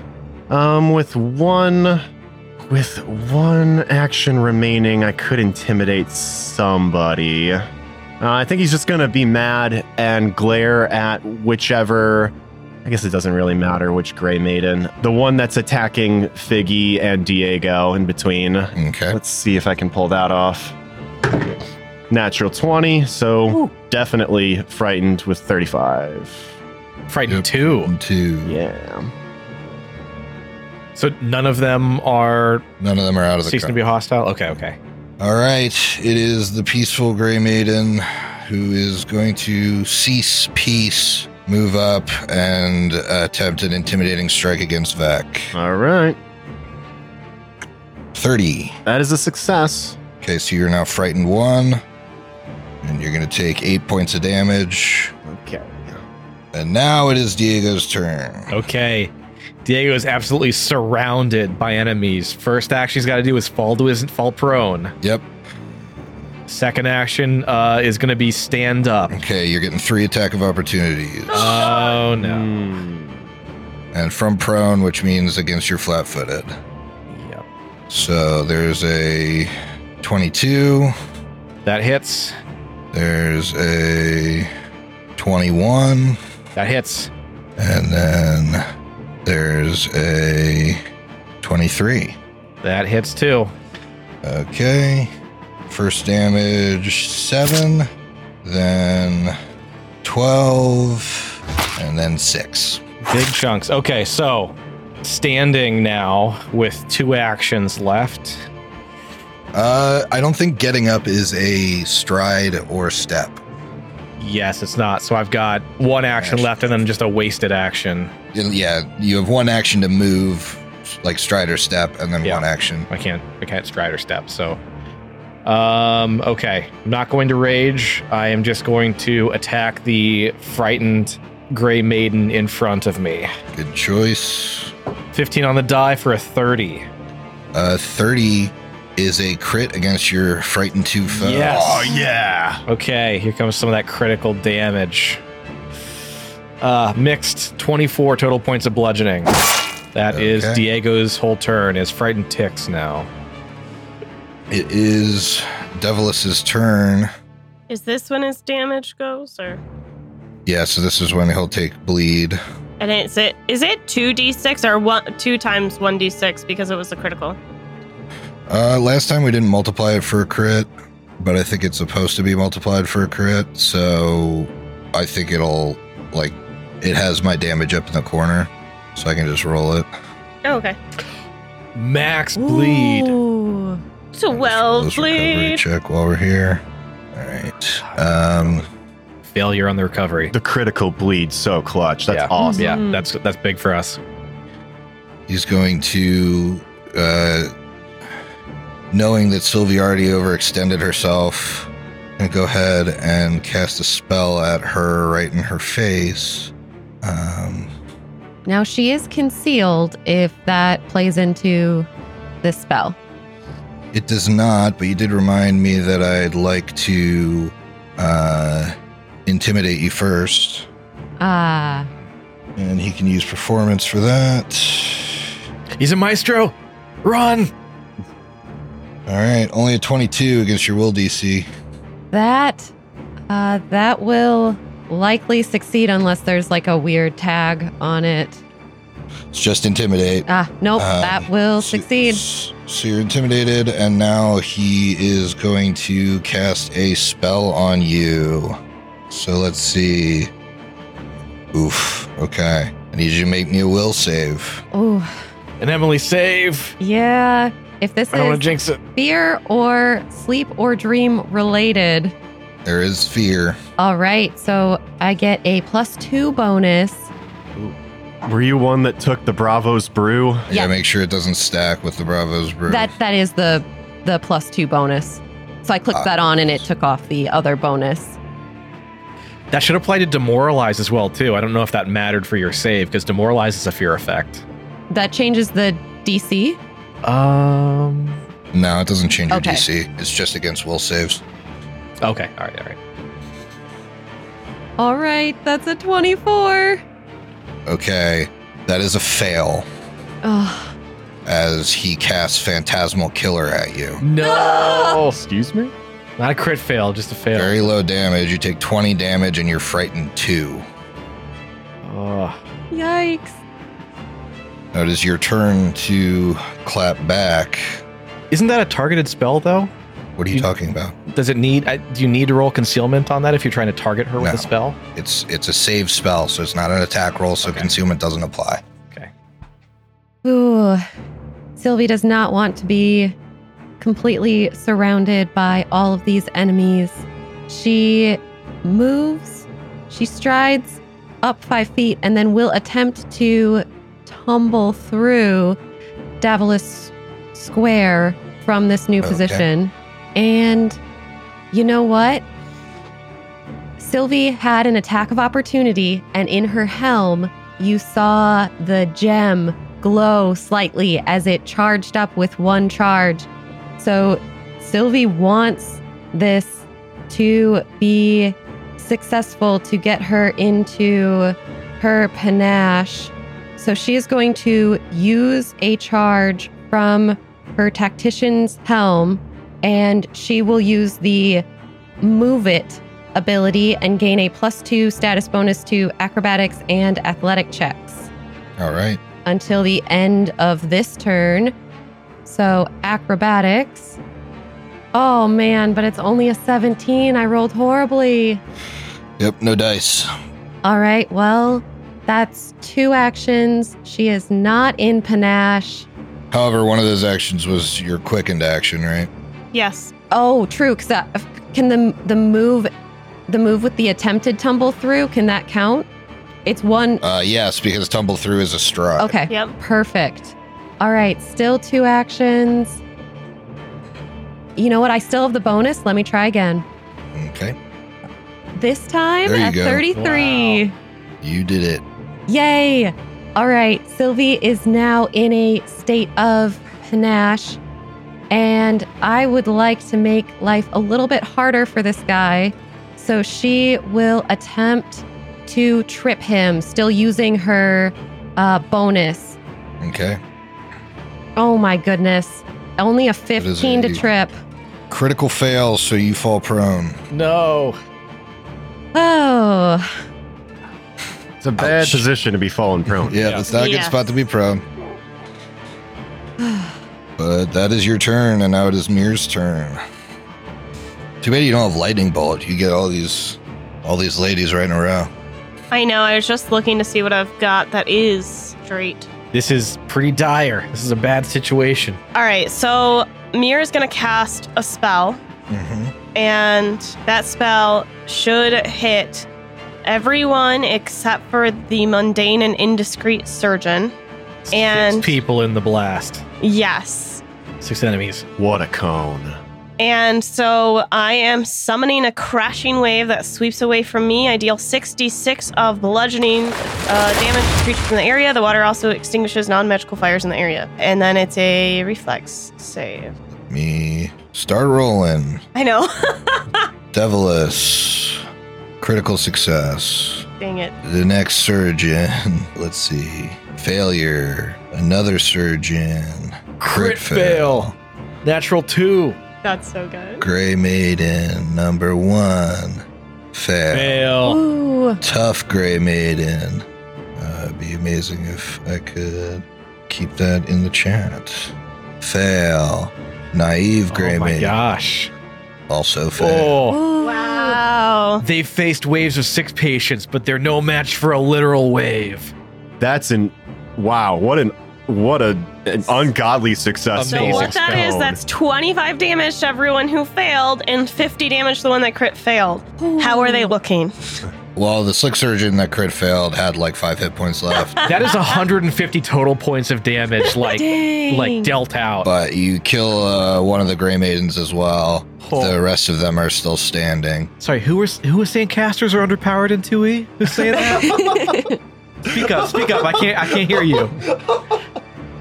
[SPEAKER 6] Um, with one, with one action remaining, I could intimidate somebody. Uh, I think he's just gonna be mad and glare at whichever. I guess it doesn't really matter which Gray Maiden. The one that's attacking Figgy and Diego in between.
[SPEAKER 2] Okay,
[SPEAKER 6] Let's see if I can pull that off. Natural 20, so definitely frightened with 35.
[SPEAKER 4] Frightened
[SPEAKER 2] Yep.
[SPEAKER 4] two.
[SPEAKER 2] One, two.
[SPEAKER 6] Yeah.
[SPEAKER 4] So none of them are
[SPEAKER 2] None of them are out of the.
[SPEAKER 4] ceasing to
[SPEAKER 2] combat.
[SPEAKER 4] be hostile. Okay, okay.
[SPEAKER 2] All right, it is the peaceful Grey Maiden who is going to cease peace, move up, and attempt an intimidating strike against Vec.
[SPEAKER 6] All right.
[SPEAKER 2] 30.
[SPEAKER 6] That is a success.
[SPEAKER 2] Okay, so you're now frightened one, and you're going to take eight points of damage.
[SPEAKER 6] Okay.
[SPEAKER 2] And now it is Diego's turn.
[SPEAKER 4] Okay. Diego is absolutely surrounded by enemies. First action he's got to do is fall to his fall prone.
[SPEAKER 2] Yep.
[SPEAKER 4] Second action uh, is going to be
[SPEAKER 2] <gasps>
[SPEAKER 4] stand up.
[SPEAKER 2] Okay, you're getting three attack of opportunities.
[SPEAKER 4] Oh no.
[SPEAKER 6] Mm.
[SPEAKER 2] And from prone, which means against your flat footed.
[SPEAKER 4] Yep.
[SPEAKER 2] So there's a 22.
[SPEAKER 4] That hits.
[SPEAKER 2] There's a 21,
[SPEAKER 4] That hits.
[SPEAKER 2] and then there's a 23.
[SPEAKER 4] That hits too.
[SPEAKER 2] Okay. First damage, 7, then 12, and then 6.
[SPEAKER 4] Big chunks. Okay, so standing now with two actions left.
[SPEAKER 2] Uh, I don't think getting up is a stride or step.
[SPEAKER 4] Yes, it's not. So I've got one action
[SPEAKER 2] Action.
[SPEAKER 4] left and then just a wasted action.
[SPEAKER 2] Yeah, you have one action to move, like stride or step, and then
[SPEAKER 4] Yeah.
[SPEAKER 2] one action.
[SPEAKER 4] I can't I can't stride or step, so Um, okay. I'm not going to rage. I am just going to attack the frightened gray maiden in front of me.
[SPEAKER 2] Good choice.
[SPEAKER 4] 15 on the die for a 30.
[SPEAKER 2] Uh, 30 is a crit against your frightened two foe.
[SPEAKER 4] Yes.
[SPEAKER 6] Oh, yeah.
[SPEAKER 4] Okay, here comes some of that critical damage. Uh, mixed 24 total points of bludgeoning. That is
[SPEAKER 2] Okay.
[SPEAKER 4] Diego's whole turn. Is frightened ticks now.
[SPEAKER 2] It is Devilis's turn.
[SPEAKER 3] Is this when his damage goes, or
[SPEAKER 2] Yeah, so this is when he'll take bleed.
[SPEAKER 3] and is it is it two d six or one two times one d six because it was a critical?
[SPEAKER 2] Uh, last time we didn't multiply it for a crit, but I think it's supposed to be multiplied for a crit, so I think it'll, like, it has my damage up in the corner, so I can just roll it.
[SPEAKER 3] Oh, okay,
[SPEAKER 4] Max bleed.
[SPEAKER 5] Ooh.
[SPEAKER 3] twelve
[SPEAKER 2] Let's recovery
[SPEAKER 3] bleed.
[SPEAKER 2] check while we're here. All right. Um,
[SPEAKER 4] Failure on the recovery.
[SPEAKER 6] The critical bleed so clutch. That's
[SPEAKER 4] Yeah.
[SPEAKER 6] awesome.
[SPEAKER 4] Yeah,
[SPEAKER 5] Mhm.
[SPEAKER 4] that's that's big for us.
[SPEAKER 2] he's going to, uh, knowing that Sylvie already overextended herself, and go ahead and cast a spell at her right in her face. Um,
[SPEAKER 5] Now she is concealed if that plays into this spell.
[SPEAKER 2] It does not, but you did remind me that I'd like to uh, intimidate you first.
[SPEAKER 5] Ah,
[SPEAKER 2] And he can use performance for that.
[SPEAKER 4] He's a maestro. Run.
[SPEAKER 2] All right, only a 22 against your will DC.
[SPEAKER 5] that uh, that will likely succeed unless there's like a weird tag on it.
[SPEAKER 2] It's just intimidate.
[SPEAKER 5] Ah, nope,
[SPEAKER 2] Um,
[SPEAKER 5] that will
[SPEAKER 2] So-
[SPEAKER 5] succeed.
[SPEAKER 2] So, you're intimidated, and now he is going to cast a spell on you. So let's see. Oof. Okay. I need you to make me a will save.
[SPEAKER 5] Ooh,
[SPEAKER 4] And Emily save.
[SPEAKER 5] yeah. If this
[SPEAKER 4] I don't
[SPEAKER 5] is
[SPEAKER 4] want to jinx it.
[SPEAKER 5] fear or sleep or dream related,
[SPEAKER 2] There is fear.
[SPEAKER 5] all right. So I get a plus two bonus.
[SPEAKER 6] Were you one that took the Bravo's brew?
[SPEAKER 2] I gotta
[SPEAKER 5] Yeah.
[SPEAKER 2] make sure it doesn't stack with the Bravo's brew.
[SPEAKER 5] That that is the the plus two bonus. So I clicked
[SPEAKER 2] Ah.
[SPEAKER 5] that on and it took off the other bonus.
[SPEAKER 4] That should apply to demoralize as well too. I don't know if that mattered for your save because demoralize is a fear effect.
[SPEAKER 5] That changes the DC.
[SPEAKER 4] Um.
[SPEAKER 2] no, it doesn't change your
[SPEAKER 5] Okay.
[SPEAKER 2] DC. It's just against will saves.
[SPEAKER 4] Okay. All right. All right.
[SPEAKER 5] All right, that's a 24.
[SPEAKER 2] Okay, that is a fail
[SPEAKER 5] Oh,
[SPEAKER 2] as he casts Phantasmal Killer at you.
[SPEAKER 6] Oh.
[SPEAKER 4] No.
[SPEAKER 6] excuse me?
[SPEAKER 4] Not a crit fail, just a fail.
[SPEAKER 2] Very low damage. You take 20 damage and you're frightened too.
[SPEAKER 4] Ugh.
[SPEAKER 5] <sighs> yikes.
[SPEAKER 2] Now it is your turn to clap back.
[SPEAKER 4] Isn't that a targeted spell though?
[SPEAKER 2] What are you
[SPEAKER 4] You-
[SPEAKER 2] talking about?
[SPEAKER 4] Does it need? I, do you need to roll concealment on that if you're trying to target her with
[SPEAKER 2] No.
[SPEAKER 4] a spell?
[SPEAKER 2] It's it's a save spell, so it's not an attack roll, so
[SPEAKER 4] Okay.
[SPEAKER 2] concealment doesn't apply.
[SPEAKER 5] Ooh. Sylvie does not want to be completely surrounded by all of these enemies. She moves, she strides up five feet, and then will attempt to tumble through Davalos Square from this new
[SPEAKER 2] Okay.
[SPEAKER 5] position. And you know what? Sylvie had an attack of opportunity, and in her helm, you saw the gem glow slightly as it charged up with one charge. So Sylvie wants this to be successful to get her into her panache. So she is going to use a charge from her tactician's helm and she will use the move it ability and gain a plus two status bonus to acrobatics and athletic checks
[SPEAKER 2] All right.
[SPEAKER 5] until the end of this turn. So acrobatics. Oh man, but it's only a 17. I rolled horribly.
[SPEAKER 2] Yep, no dice.
[SPEAKER 5] All right, well, that's two actions. She is not in panache.
[SPEAKER 2] However, one of those actions was your quickened action, right?
[SPEAKER 3] Yes.
[SPEAKER 5] Oh, true. Cause that, can the the move, the move with the attempted tumble through, can that count? It's one.
[SPEAKER 2] Uh, yes, because tumble through is a stride.
[SPEAKER 5] Okay.
[SPEAKER 3] Yep.
[SPEAKER 5] Perfect. All right, still two actions. you know what? I still have the bonus. Let me try again.
[SPEAKER 2] Okay.
[SPEAKER 5] This time
[SPEAKER 2] There you
[SPEAKER 5] at
[SPEAKER 2] go.
[SPEAKER 5] 33.
[SPEAKER 2] You did it.
[SPEAKER 5] Yay! All right, Sylvie is now in a state of panache, and I would like to make life a little bit harder for this guy. So she will attempt to trip him, still using her uh, bonus.
[SPEAKER 2] Okay.
[SPEAKER 5] Oh my goodness. Only a
[SPEAKER 2] is
[SPEAKER 5] 15 to
[SPEAKER 2] a-
[SPEAKER 5] trip.
[SPEAKER 2] Critical fail, so you fall prone.
[SPEAKER 4] No.
[SPEAKER 5] Oh,
[SPEAKER 6] It's a bad
[SPEAKER 2] Ouch.
[SPEAKER 6] position to be falling <laughs> prone.
[SPEAKER 1] Yeah.
[SPEAKER 2] Yeah, that's not a good
[SPEAKER 3] Yes.
[SPEAKER 2] spot to be prone. <sighs> But that is your turn, and now it is Mir's turn. Too bad you don't have lightning bolt. You get all these, all these ladies right in a row.
[SPEAKER 3] I know. I was just looking to see what I've got that is straight.
[SPEAKER 4] This is pretty dire. This is a bad situation.
[SPEAKER 3] All right. So Mir is going to cast a spell,
[SPEAKER 2] Mm-hmm.
[SPEAKER 3] and that spell should hit everyone except for the mundane and indiscreet surgeon. And-
[SPEAKER 4] Six people in the blast.
[SPEAKER 3] Yes.
[SPEAKER 4] Six enemies.
[SPEAKER 6] What a cone.
[SPEAKER 3] And so I am summoning a crashing wave that sweeps away from me. I deal 66 of bludgeoning uh, damage to creatures in the area. The water also extinguishes non magical fires in the area. And then it's a reflex save.
[SPEAKER 2] Me start rolling.
[SPEAKER 3] I know.
[SPEAKER 2] Devilish, critical success.
[SPEAKER 3] <laughs> Dang it.
[SPEAKER 2] The next surgeon. <laughs> Let's see. Failure. Another surgeon.
[SPEAKER 4] Crit fail. Natural two.
[SPEAKER 3] That's so good.
[SPEAKER 2] Gray Maiden, number one. Fail.
[SPEAKER 4] Fail.
[SPEAKER 5] ooh.
[SPEAKER 2] Tough Gray Maiden. Uh, it'd be amazing if I could keep that in the chat. Fail. Naive Gray
[SPEAKER 4] oh my
[SPEAKER 2] Maiden.
[SPEAKER 4] gosh.
[SPEAKER 2] Also fail.
[SPEAKER 4] Oh.
[SPEAKER 5] Ooh.
[SPEAKER 3] Wow.
[SPEAKER 4] They've faced waves of six patients, but they're no match for a literal wave.
[SPEAKER 6] That's an wow. What an what a an ungodly successful.
[SPEAKER 3] So what that is,
[SPEAKER 6] cone.
[SPEAKER 3] that's 25 damage to everyone who failed and 50 damage to the one that crit failed. How are they looking?
[SPEAKER 2] Well, the slick surgeon that crit failed had like five hit points
[SPEAKER 4] <laughs>
[SPEAKER 2] left,
[SPEAKER 4] That is 150 total points of damage, like
[SPEAKER 5] Dang.
[SPEAKER 4] like dealt out.
[SPEAKER 2] but you kill uh, one of the Grey Maidens as well.
[SPEAKER 4] Oh.
[SPEAKER 2] The rest of them are still standing.
[SPEAKER 4] Sorry, who was who was saying casters are underpowered in 2E? Who's saying that?
[SPEAKER 3] <laughs>
[SPEAKER 4] speak up, speak up. I can't I can't hear you.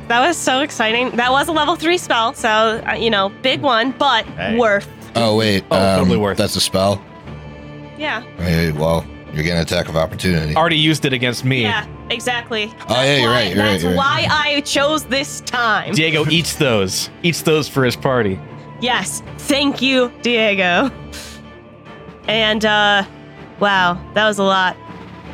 [SPEAKER 3] That was so exciting. That was a level three spell, so uh, you know, big one, but
[SPEAKER 6] Hey.
[SPEAKER 3] worth.
[SPEAKER 2] Oh wait,
[SPEAKER 4] Oh,
[SPEAKER 2] um,
[SPEAKER 4] totally worth it.
[SPEAKER 2] That's a spell.
[SPEAKER 3] Yeah.
[SPEAKER 2] Hey, well, you're getting an attack of opportunity.
[SPEAKER 4] Already used it against me.
[SPEAKER 3] Yeah. Exactly.
[SPEAKER 2] Oh yeah, you're
[SPEAKER 3] why,
[SPEAKER 2] right. You're right.
[SPEAKER 3] that's
[SPEAKER 2] You're right.
[SPEAKER 3] why I chose this time.
[SPEAKER 4] Diego eats those. Eats those for his party.
[SPEAKER 3] yes. Thank you, Diego. And uh wow, that was a lot.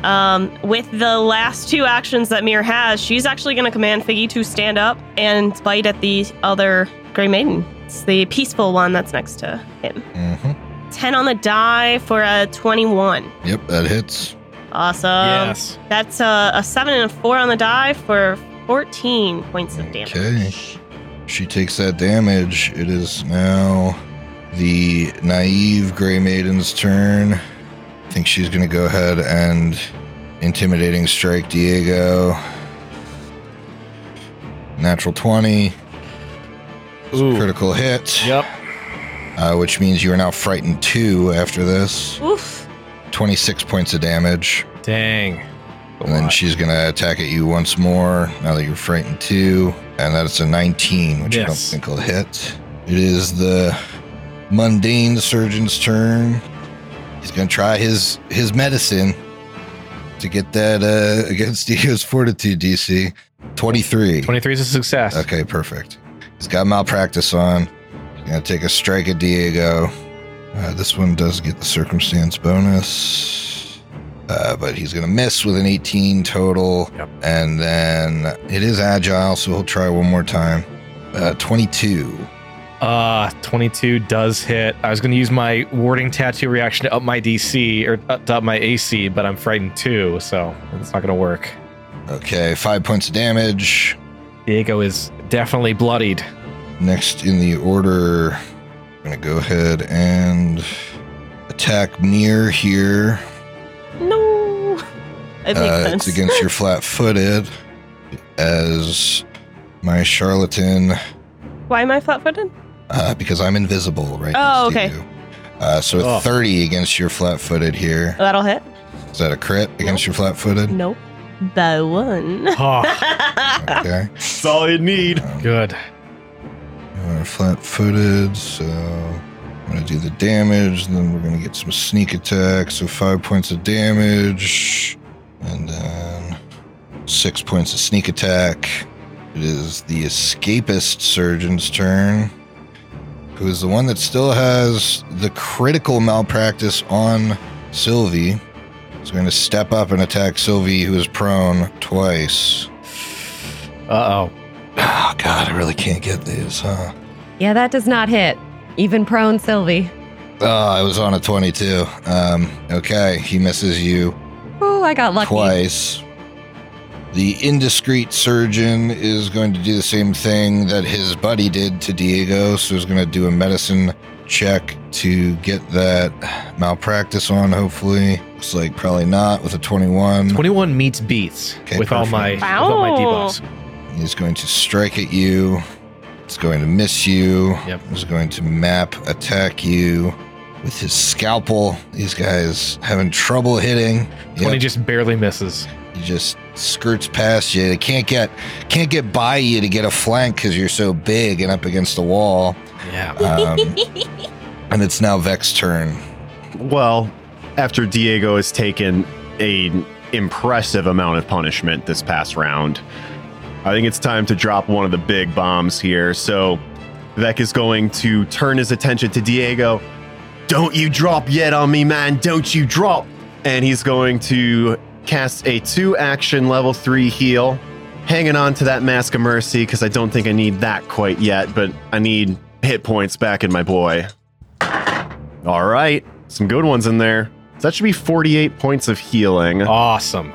[SPEAKER 3] Um, with the last two actions that Mir has, she's actually going to command Figgy to stand up and bite at the other Grey Maiden. It's the peaceful one that's next to him.
[SPEAKER 2] hmm
[SPEAKER 3] 10 on the die for a 21.
[SPEAKER 2] Yep, that hits.
[SPEAKER 3] Awesome.
[SPEAKER 4] yes.
[SPEAKER 3] That's a, a 7 and a 4 on the die for 14 points of damage.
[SPEAKER 2] Okay. She takes that damage. It is now the naive Grey Maiden's turn. I think she's going to go ahead and intimidating strike Diego. Natural 20.
[SPEAKER 4] Um, Ooh.
[SPEAKER 2] Critical hit,
[SPEAKER 4] Yep.
[SPEAKER 2] uh, which means you are now frightened two after this.
[SPEAKER 3] Oof.
[SPEAKER 2] 26 points of damage.
[SPEAKER 4] Dang.
[SPEAKER 2] And then she's going to attack at you once more now that you're frightened too. And that's a 19, which I don't
[SPEAKER 4] Yes.
[SPEAKER 2] think will hit. It is the mundane surgeon's turn. He's going to try his his medicine to get that uh, <laughs> against Dio's fortitude DC. 23.
[SPEAKER 4] 23 is a success.
[SPEAKER 2] Okay, perfect. He's got malpractice on. He's going to take a strike at Diego. Uh, this one does get the circumstance bonus, uh, but he's going to miss with an 18 total.
[SPEAKER 4] Yep.
[SPEAKER 2] And then it is agile, so he'll try one more time. Uh, 22.
[SPEAKER 4] Uh, 22 does hit. I was going to use my warding tattoo reaction to up my DC or up, to up my AC, but I'm frightened too, so it's not going to work.
[SPEAKER 2] Okay, five points of damage.
[SPEAKER 4] Diego is definitely bloodied.
[SPEAKER 2] Next in the order, I'm going to go ahead and attack Mir here.
[SPEAKER 3] No. It makes
[SPEAKER 2] Uh,
[SPEAKER 3] sense.
[SPEAKER 2] It's against your flat footed as my charlatan.
[SPEAKER 3] Why am I flat footed?
[SPEAKER 2] uh, because I'm invisible right
[SPEAKER 3] Oh,
[SPEAKER 2] next to
[SPEAKER 3] okay.
[SPEAKER 2] you. Uh, so a
[SPEAKER 4] Oh.
[SPEAKER 2] 30 against your flat footed here.
[SPEAKER 3] That'll hit.
[SPEAKER 2] Is that a crit against your flat footed?
[SPEAKER 3] Nope. By one. <laughs>
[SPEAKER 4] Oh,
[SPEAKER 3] Ah.
[SPEAKER 2] Okay. Um,
[SPEAKER 6] That's all you need.
[SPEAKER 4] good.
[SPEAKER 2] We're flat footed, so I'm gonna do the damage, then we're gonna get some sneak attack, so five points of damage, and then six points of sneak attack. It is the escapist surgeon's turn, who is the one that still has the critical malpractice on Sylvie. He's going to step up and attack Sylvie, who is prone twice.
[SPEAKER 4] Uh oh.
[SPEAKER 2] Oh, God, I really can't get these, huh?
[SPEAKER 5] Yeah, that does not hit. Even prone Sylvie.
[SPEAKER 2] Oh, I was on a 22. Um, okay, he misses you
[SPEAKER 5] Oh, I got lucky.
[SPEAKER 2] twice. The indiscreet surgeon is going to do the same thing that his buddy did to Diego, so he's going to do a medicine check to get that malpractice on, hopefully. Looks like probably not with a 21.
[SPEAKER 4] 21 meets beats
[SPEAKER 2] Okay,
[SPEAKER 4] with all my with
[SPEAKER 2] perfect.
[SPEAKER 4] all my
[SPEAKER 3] Wow.
[SPEAKER 4] debuffs.
[SPEAKER 2] He's going to strike at you. It's going to miss you.
[SPEAKER 4] Yep.
[SPEAKER 2] He's going to map attack you with his scalpel. These guys having trouble hitting.
[SPEAKER 4] 20
[SPEAKER 2] Yep.
[SPEAKER 4] just barely misses.
[SPEAKER 2] he just skirts past you. They can't get can't get by you to get a flank because you're so big and up against the wall.
[SPEAKER 4] Yeah.
[SPEAKER 2] Um, and it's now Vex's turn.
[SPEAKER 6] Well, after Diego has taken an impressive amount of punishment this past round, I think it's time to drop one of the big bombs here. So Vec is going to turn his attention to Diego.
[SPEAKER 7] Don't you drop yet on me, man. Don't you drop.
[SPEAKER 6] and he's going to cast a two action level three heal, hanging on to that Mask of Mercy because I don't think I need that quite yet, but I need hit points back in my boy. All right, some good ones in there. So that should be 48 points of healing.
[SPEAKER 4] Awesome.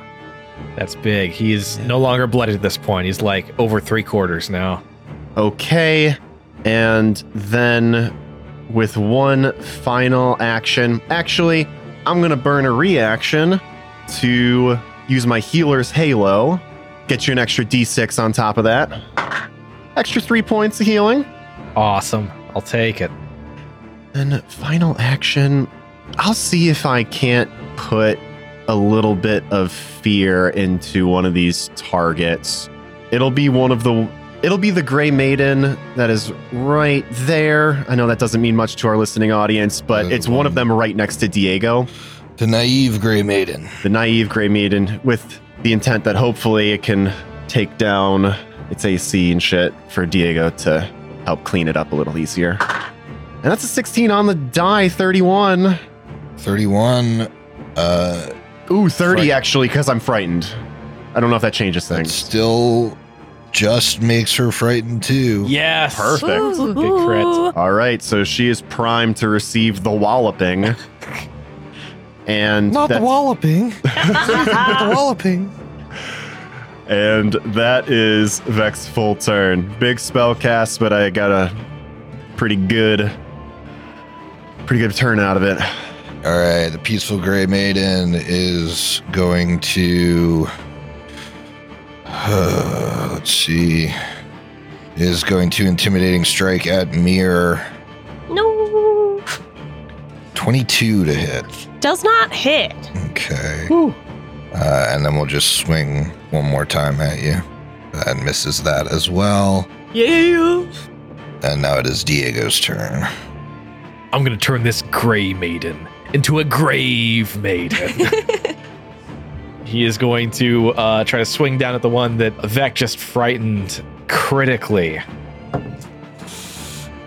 [SPEAKER 4] That's big. He is no longer blooded at this point. He's like over three quarters now.
[SPEAKER 6] Okay. And then with one final action, actually, I'm going to burn a reaction to use my healer's halo. Get you an extra d6 on top of that. Extra three points of healing.
[SPEAKER 4] Awesome. I'll take it.
[SPEAKER 6] Then final action. I'll see if I can't put a little bit of fear into one of these targets. It'll be one of the it'll be the gray maiden that is right there. I know that doesn't mean much to our listening audience, but
[SPEAKER 2] The
[SPEAKER 6] it's one of
[SPEAKER 2] one-
[SPEAKER 6] them right next to Diego,
[SPEAKER 2] The naive gray maiden.
[SPEAKER 6] the naive gray maiden with the intent that hopefully it can take down its AC and shit for Diego to help clean it up a little easier. And that's a 16 on the die, 31.
[SPEAKER 2] 31. Uh,
[SPEAKER 6] Ooh, 30
[SPEAKER 2] Frightened.
[SPEAKER 6] actually, because I'm frightened. I don't know if that changes
[SPEAKER 2] that
[SPEAKER 6] things.
[SPEAKER 2] still just makes her frightened too.
[SPEAKER 4] Yes.
[SPEAKER 6] Perfect.
[SPEAKER 4] Good crit.
[SPEAKER 3] Ooh.
[SPEAKER 6] <laughs> All right, so she is primed to receive the walloping. And
[SPEAKER 2] Not the
[SPEAKER 6] that's-
[SPEAKER 2] walloping, <laughs> but the walloping.
[SPEAKER 6] And that is Vex's full turn. Big spell cast, but I got a pretty good, pretty good turn out of it.
[SPEAKER 2] All right, the peaceful gray maiden is going to. <sighs> let's see. Is going to intimidating strike at mirror
[SPEAKER 3] No.
[SPEAKER 2] 22 to hit.
[SPEAKER 3] Does not hit.
[SPEAKER 2] Okay.
[SPEAKER 4] Whew.
[SPEAKER 2] Uh, and then we'll just swing one more time at you. And misses that as well.
[SPEAKER 3] Yeah.
[SPEAKER 2] And now it is Diego's turn.
[SPEAKER 4] I'm going to turn this gray maiden into a grave maiden. he is going to uh, try to swing down at the one that Vec just frightened critically.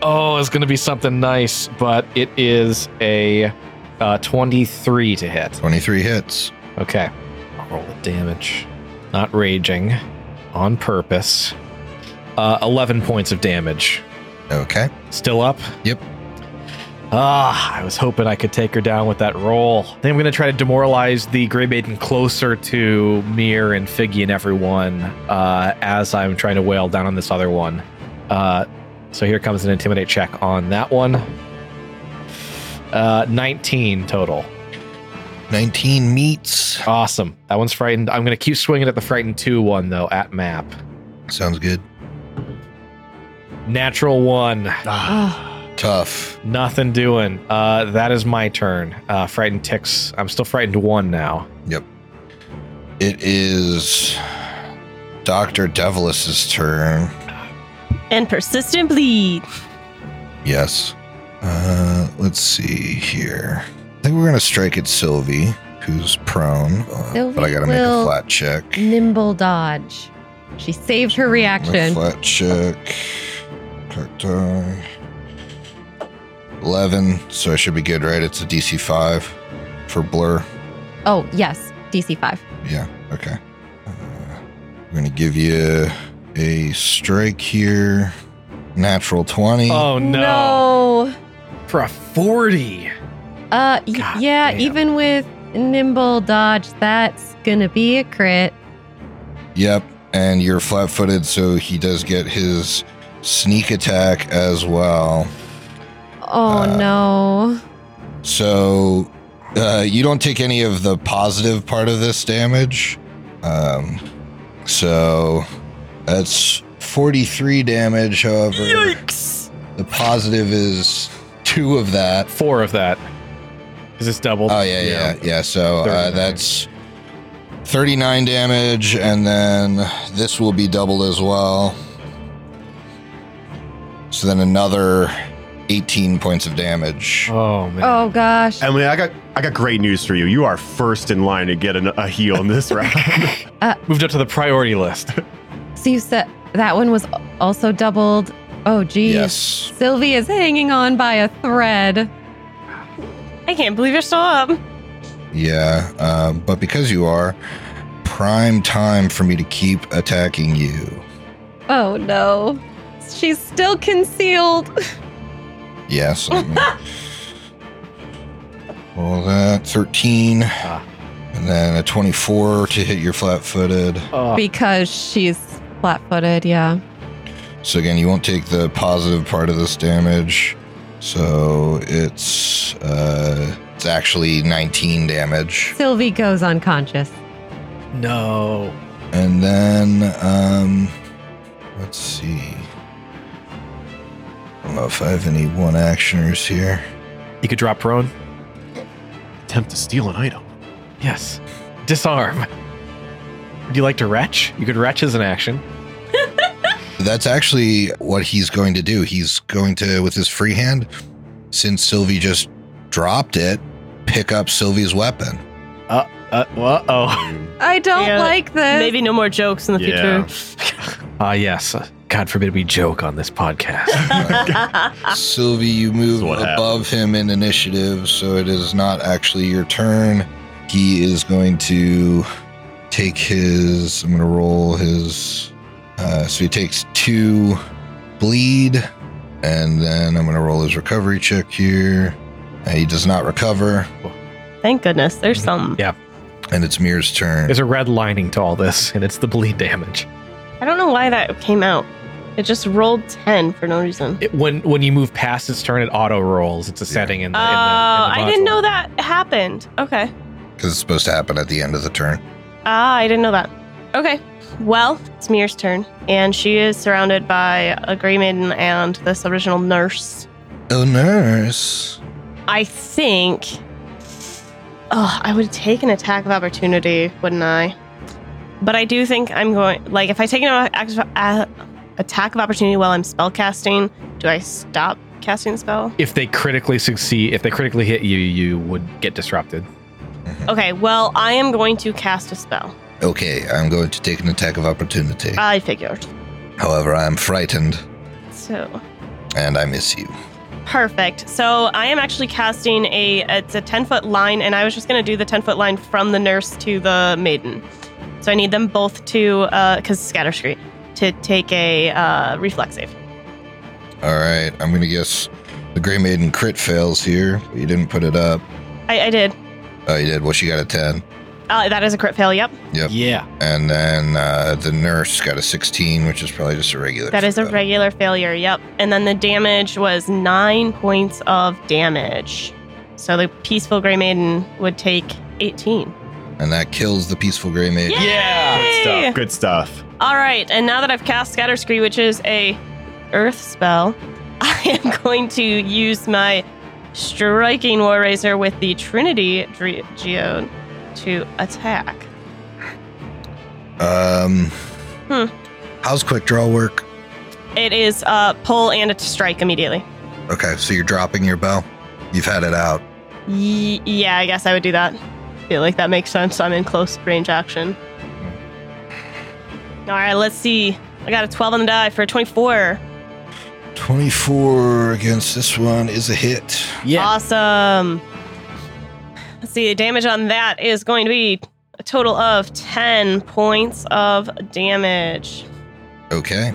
[SPEAKER 4] Oh, it's going to be something nice, but it is a uh, 23 to hit.
[SPEAKER 2] 23 hits.
[SPEAKER 4] Okay. I'll roll the damage. Not raging. On purpose. Uh, 11 points of damage.
[SPEAKER 2] Okay.
[SPEAKER 4] Still up?
[SPEAKER 2] Yep.
[SPEAKER 4] Ah, I was hoping I could take her down with that roll. Then I'm going to try to demoralize the Grey Maiden closer to Mir and Figgy and everyone uh, as I'm trying to wail down on this other one. Uh, so here comes an intimidate check on that one. Uh, 19 total.
[SPEAKER 2] 19 meets.
[SPEAKER 4] Awesome. That one's frightened. I'm going to keep swinging at the frightened 2 one, though, at map.
[SPEAKER 2] Sounds good.
[SPEAKER 4] Natural one.
[SPEAKER 5] Oh,
[SPEAKER 2] Tough.
[SPEAKER 4] Nothing doing. Uh, that is my turn. Uh, frightened ticks. I'm still frightened one now.
[SPEAKER 2] It is Dr. Devilis's turn.
[SPEAKER 3] And persistent bleed.
[SPEAKER 2] Yes. Uh, let's see here. I think we're gonna strike at Sylvie, who's prone, uh,
[SPEAKER 5] Sylvie
[SPEAKER 2] but I gotta make a
[SPEAKER 5] will-
[SPEAKER 2] flat check.
[SPEAKER 5] nimble dodge. She saved her
[SPEAKER 2] A
[SPEAKER 5] reaction.
[SPEAKER 2] flat check. Correct, uh, Eleven, so I should be good, right? It's a DC five for blur.
[SPEAKER 5] Oh, yes. DC 5.
[SPEAKER 2] Yeah. Okay. Uh, I'm gonna give you a strike here. Natural twenty.
[SPEAKER 4] Oh no!
[SPEAKER 5] No.
[SPEAKER 4] For a forty.
[SPEAKER 5] Uh, y-
[SPEAKER 4] God
[SPEAKER 5] yeah,
[SPEAKER 4] damn.
[SPEAKER 5] even with nimble dodge, that's gonna be a crit.
[SPEAKER 2] Yep, and you're flat footed, so he does get his sneak attack as well.
[SPEAKER 5] Oh
[SPEAKER 2] Uh,
[SPEAKER 5] no.
[SPEAKER 2] So uh, you don't take any of the positive part of this damage. Um, so that's 43 damage, however.
[SPEAKER 3] Yikes!
[SPEAKER 2] The positive is two of that.
[SPEAKER 4] Four of that. Is this doubled?
[SPEAKER 2] Oh, yeah, yeah, yeah. so uh,
[SPEAKER 4] 39.
[SPEAKER 2] that's 39 damage, and then this will be doubled as well. So then another 18 points of damage.
[SPEAKER 4] Oh man.
[SPEAKER 5] Oh gosh.
[SPEAKER 6] Emily, I got I got great news for you. You are first in line to get an, a heal in this <laughs> round.
[SPEAKER 4] Moved up to the priority list. <laughs>
[SPEAKER 5] So you said that one was also doubled. Oh geez.
[SPEAKER 2] yes.
[SPEAKER 5] Sylvie is hanging on by a thread.
[SPEAKER 3] I can't believe you're still up.
[SPEAKER 2] Yeah, um, but because you are, prime time for me to keep attacking you.
[SPEAKER 5] Oh no. She's still concealed.
[SPEAKER 2] Yes. let
[SPEAKER 4] <laughs>
[SPEAKER 2] me- Roll that 13,
[SPEAKER 4] Ah.
[SPEAKER 2] and then a 24 to hit your flat footed.
[SPEAKER 4] Oh,
[SPEAKER 5] Because she's flat footed, yeah.
[SPEAKER 2] So again, you won't take the positive part of this damage. So it's uh, it's actually 19 damage.
[SPEAKER 5] Sylvie goes unconscious.
[SPEAKER 4] no.
[SPEAKER 2] And then, um, let's see. I don't know if I have any one actioners here.
[SPEAKER 4] You could drop prone.
[SPEAKER 7] Attempt to steal an item.
[SPEAKER 4] Yes. Disarm. Would you like to retch? You could retch as an action.
[SPEAKER 2] That's actually what he's going to do. He's going to, with his free hand, since Sylvie just dropped it, pick up Sylvie's weapon.
[SPEAKER 4] Uh oh.
[SPEAKER 6] <laughs>
[SPEAKER 5] I don't
[SPEAKER 3] Yeah,
[SPEAKER 5] like this.
[SPEAKER 3] Maybe no more jokes in the
[SPEAKER 6] Yeah.
[SPEAKER 3] <laughs>
[SPEAKER 4] Ah yes. God forbid we joke on
[SPEAKER 2] <laughs>
[SPEAKER 4] this podcast.
[SPEAKER 3] future.
[SPEAKER 2] Sylvie, you move
[SPEAKER 6] what
[SPEAKER 2] above him in initiative, so it is not actually your turn. He is going to take his. I'm going to roll his. Uh, so he takes two bleed, and then I'm going to roll his recovery check here. Uh, he does not recover,
[SPEAKER 3] Thank goodness, there's some.
[SPEAKER 2] and it's Mir's turn.
[SPEAKER 4] There's a red lining to all this, and it's the bleed damage.
[SPEAKER 3] I don't know why that came out. It just rolled 10 for no reason.
[SPEAKER 4] It, when when you move past its turn, it auto rolls. It's a setting in
[SPEAKER 3] Oh,
[SPEAKER 4] the. in the- in the
[SPEAKER 3] I didn't
[SPEAKER 4] module.
[SPEAKER 3] know that happened. Okay.
[SPEAKER 2] Because it's supposed to happen at the end of the turn.
[SPEAKER 3] Ah, I didn't know that. Okay. Well, it's Mir's turn, and she is surrounded by a Grey Maiden and this original nurse.
[SPEAKER 2] Oh, nurse.
[SPEAKER 3] I think. Oh, I would take an attack of opportunity, wouldn't I? But I do think I'm going. Like, if I take an act- uh, attack of opportunity while I'm spellcasting, do I stop casting the spell?
[SPEAKER 4] If they critically succeed, if they critically hit you, you would get disrupted.
[SPEAKER 3] Okay, well, I am going to cast a spell.
[SPEAKER 2] Okay, I'm going to take an attack of opportunity.
[SPEAKER 3] I figured.
[SPEAKER 2] However, I am frightened,
[SPEAKER 3] So.
[SPEAKER 2] and I miss you.
[SPEAKER 3] Perfect. So I am actually casting a it's a ten foot line, and I was just gonna do the ten foot line from the nurse to the maiden. So I need them both to uh, because scatter screen to take a uh, reflex save.
[SPEAKER 2] All right, I'm gonna guess the Grey Maiden crit fails here. You didn't put it up.
[SPEAKER 3] I, I did.
[SPEAKER 2] Oh, you did. Well, she got a ten,
[SPEAKER 3] Uh, that is a crit fail. Yep,
[SPEAKER 2] Yep.
[SPEAKER 4] Yeah.
[SPEAKER 2] and then uh, the nurse got a 16, which is probably just a regular.
[SPEAKER 3] that is a
[SPEAKER 2] fail.
[SPEAKER 3] regular failure. Yep, and then the damage was nine points of damage. So the peaceful gray maiden would take eighteen.
[SPEAKER 2] and that kills the peaceful Grey Maiden.
[SPEAKER 4] Yeah.
[SPEAKER 3] Yay!
[SPEAKER 6] Good stuff.
[SPEAKER 3] All right, and now that I've cast Scatter Scree, which is a earth spell, <laughs> I am going to use my striking war razor with the Trinity Dre- Geode to attack.
[SPEAKER 2] Um,
[SPEAKER 3] Hmm.
[SPEAKER 2] How's quick draw work?
[SPEAKER 3] It is uh, pull and a strike immediately.
[SPEAKER 2] Okay, so you're dropping your bow. You've had it out.
[SPEAKER 3] Y- yeah, I guess I would do that. Feel like that makes sense. I'm in close range action. All right, let's see. I got a 12 on the die for a 24.
[SPEAKER 2] 24 against this one is a hit.
[SPEAKER 3] Awesome. Let's see. The damage on that is going to be a total of 10 points of damage.
[SPEAKER 2] Okay.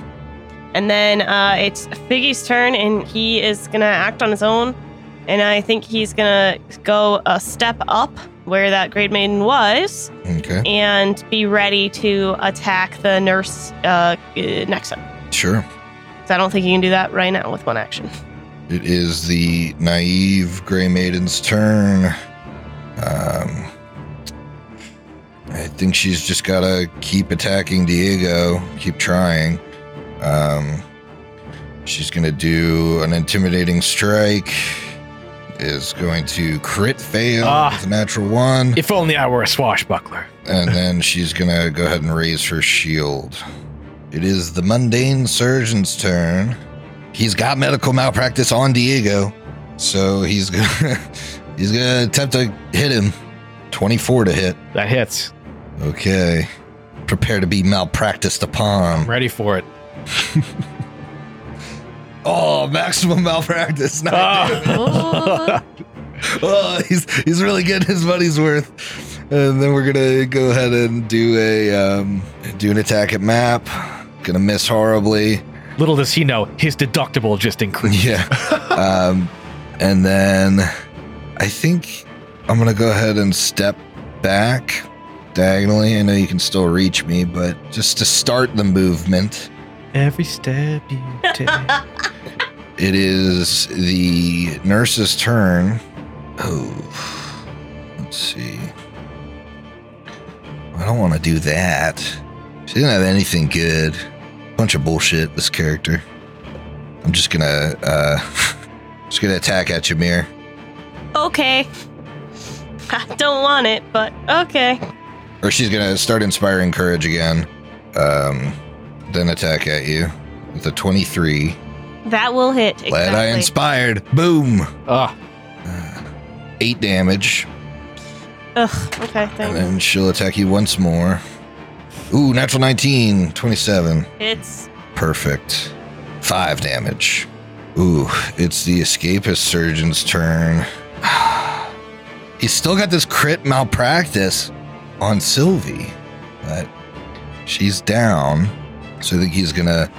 [SPEAKER 3] And then uh, it's Figgy's turn, and he is going to act on his own. And I think he's going to go a step up where that Great Maiden was.
[SPEAKER 2] Okay.
[SPEAKER 3] and be ready to attack the nurse uh, uh, next time.
[SPEAKER 2] Sure.
[SPEAKER 3] 'Cause I don't think you can do that right now with one action.
[SPEAKER 2] It is the naive Grey Maiden's turn. Um, I think she's just got to keep attacking Diego, keep trying. Um, she's going to do an intimidating strike, is going to crit fail
[SPEAKER 4] Ah.
[SPEAKER 2] with a natural one,
[SPEAKER 4] If only I were a swashbuckler.
[SPEAKER 2] and then she's going to go ahead and raise her shield. It is the mundane surgeon's turn. He's got medical malpractice on Diego, so he's gonna <laughs> he's gonna attempt to hit him. Twenty-four to hit.
[SPEAKER 4] That hits.
[SPEAKER 2] Okay. Prepare to be malpracticed upon.
[SPEAKER 4] I'm ready
[SPEAKER 2] <laughs>
[SPEAKER 4] for it.
[SPEAKER 2] Oh, maximum malpractice. <laughs> No.
[SPEAKER 4] Ah.
[SPEAKER 5] Oh.
[SPEAKER 2] oh, he's he's really getting his money's worth. And then we're gonna go ahead and do a um, do an attack at map. Gonna miss horribly.
[SPEAKER 4] Little does he know, his deductible just increased.
[SPEAKER 2] Yeah. um, and then I think I'm gonna go ahead and step back diagonally. I know you can still reach me, but just to start the movement.
[SPEAKER 4] Every step you take.
[SPEAKER 2] It is the nurse's turn. Oh, let's see. I don't want to do that. She didn't have anything good. Bunch of bullshit. This character. I'm just gonna, uh, <laughs> just gonna attack at Jameer.
[SPEAKER 3] okay. <laughs> I don't want it, but okay.
[SPEAKER 2] or she's gonna start inspiring courage again. Um, then attack at you with a 23.
[SPEAKER 3] That will hit.
[SPEAKER 2] Glad I
[SPEAKER 3] exactly.
[SPEAKER 2] inspired. Boom.
[SPEAKER 4] Ah,
[SPEAKER 2] Eight damage.
[SPEAKER 3] Ugh. Okay.
[SPEAKER 2] And
[SPEAKER 3] Thanks.
[SPEAKER 2] then she'll attack you once more. Ooh, natural 19, 27.
[SPEAKER 4] <laughs>
[SPEAKER 3] It's
[SPEAKER 2] Perfect. Five damage. Ooh, it's the escapist surgeon's turn. <sighs> He's still got this crit malpractice on Sylvie, but she's down. So I think he's gonna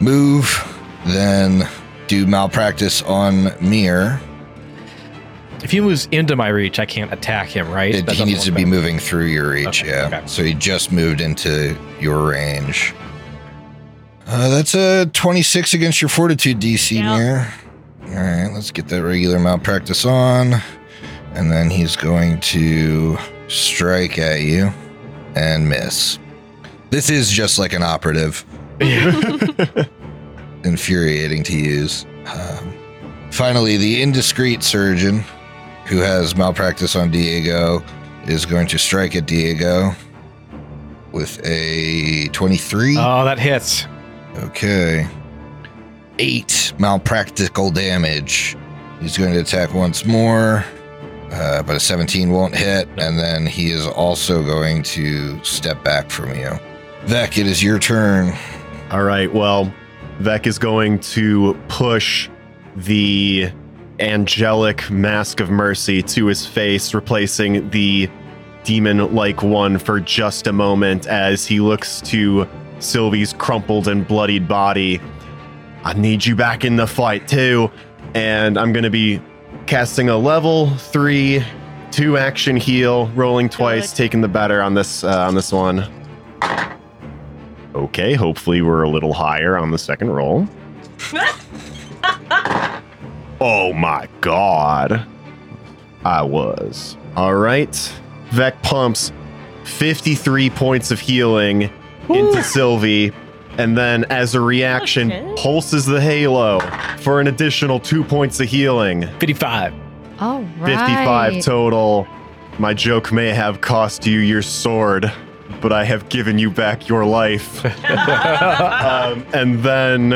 [SPEAKER 2] move, then do malpractice on Mir.
[SPEAKER 4] if he moves into my reach, I can't attack him, right?
[SPEAKER 2] It,
[SPEAKER 4] That
[SPEAKER 2] he
[SPEAKER 4] doesn't
[SPEAKER 2] needs to
[SPEAKER 4] work
[SPEAKER 2] be
[SPEAKER 4] better.
[SPEAKER 2] moving through your reach,
[SPEAKER 4] Okay,
[SPEAKER 2] yeah.
[SPEAKER 4] okay.
[SPEAKER 2] So he just moved into your range. Uh, that's a 26 against your fortitude DC
[SPEAKER 3] Yeah.
[SPEAKER 2] near. All right, let's get that regular malpractice on. And then he's going to strike at you and miss. This is just like an operative
[SPEAKER 7] <laughs>
[SPEAKER 2] infuriating to use. Um, finally, the indiscreet surgeon who has malpractice on Diego is going to strike at Diego with a 23.
[SPEAKER 4] Oh, that hits.
[SPEAKER 2] Okay. Eight malpractical damage. He's going to attack once more, uh, but a 17 won't hit. And then he is also going to step back from you. Vec, it is your turn.
[SPEAKER 6] All right. Well, Vec is going to push the angelic mask of mercy to his face, replacing the demon like one for just a moment as he looks to Sylvie's crumpled and bloodied body. I need you back in the fight, too. And I'm going to be casting a level three, two action heal, rolling twice,
[SPEAKER 3] Good.
[SPEAKER 6] taking the better on this uh, on this one. Okay, hopefully we're a little higher on the second roll. oh my god. I was. All right. Vec pumps 53 points of healing into Sylvie and then as a reaction,
[SPEAKER 3] Okay.
[SPEAKER 6] pulses the halo for an additional two points of healing.
[SPEAKER 4] 55.
[SPEAKER 5] <laughs>
[SPEAKER 3] <laughs>
[SPEAKER 5] All right.
[SPEAKER 6] 55 total. My joke may have cost you your sword, but I have given you back your life. um, and then,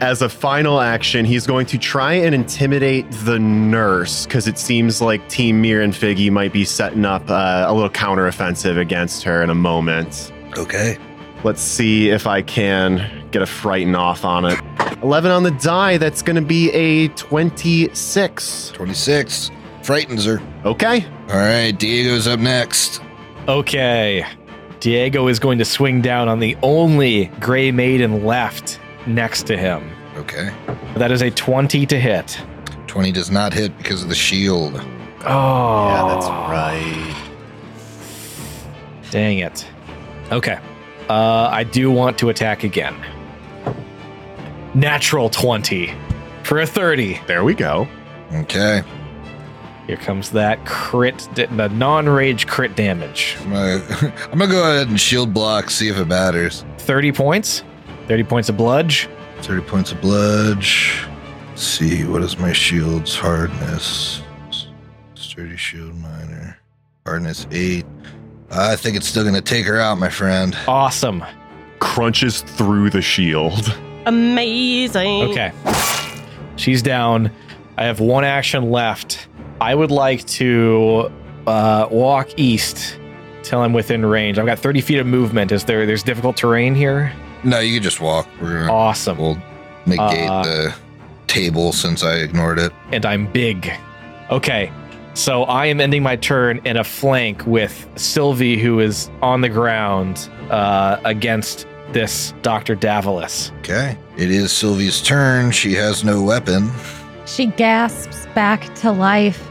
[SPEAKER 6] as a final action, he's going to try and intimidate the nurse because it seems like Team Mir and Figgy might be setting up uh, a little counteroffensive against her in a moment.
[SPEAKER 2] Okay.
[SPEAKER 6] Let's see if I can get a frighten off on it. 11 on the die, that's going to be a 26.
[SPEAKER 2] 26. Frightens her.
[SPEAKER 6] Okay.
[SPEAKER 2] All right. Diego's up next.
[SPEAKER 4] Okay. Diego is going to swing down on the only Grey Maiden left next to him.
[SPEAKER 2] Okay.
[SPEAKER 4] That is a 20 to hit.
[SPEAKER 2] 20 does not hit because of the shield.
[SPEAKER 4] Oh. Yeah,
[SPEAKER 6] right.
[SPEAKER 4] Dang it. Okay. Uh, I do want to attack again. Natural 20 for a 30.
[SPEAKER 6] There we go.
[SPEAKER 2] Okay.
[SPEAKER 4] Here comes that crit, da- the non rage crit damage.
[SPEAKER 2] I'm gonna, <laughs> I'm gonna go ahead and shield block, see if it matters.
[SPEAKER 4] 30 points. 30 points of bludge.
[SPEAKER 2] 30 points of bludge. Let's see, what is my shield's hardness? Sturdy shield minor. Hardness 8. I think it's still gonna take her out, my friend.
[SPEAKER 4] Awesome.
[SPEAKER 6] Crunches through the shield.
[SPEAKER 3] Amazing.
[SPEAKER 4] Okay. She's down. I have one action left. I would like to uh, walk east till I'm within range. I've got 30 feet of movement. Is there there's difficult terrain here?
[SPEAKER 2] No, you can just walk. We're gonna
[SPEAKER 4] Awesome.
[SPEAKER 2] we'll negate
[SPEAKER 4] Uh,
[SPEAKER 2] the table since I ignored it.
[SPEAKER 4] and I'm big. Okay, so I am ending my turn in a flank with Sylvie, who is on the ground uh, against this Dr. Davalos.
[SPEAKER 2] Okay. It is Sylvie's turn. She has no weapon.
[SPEAKER 5] She gasps back to life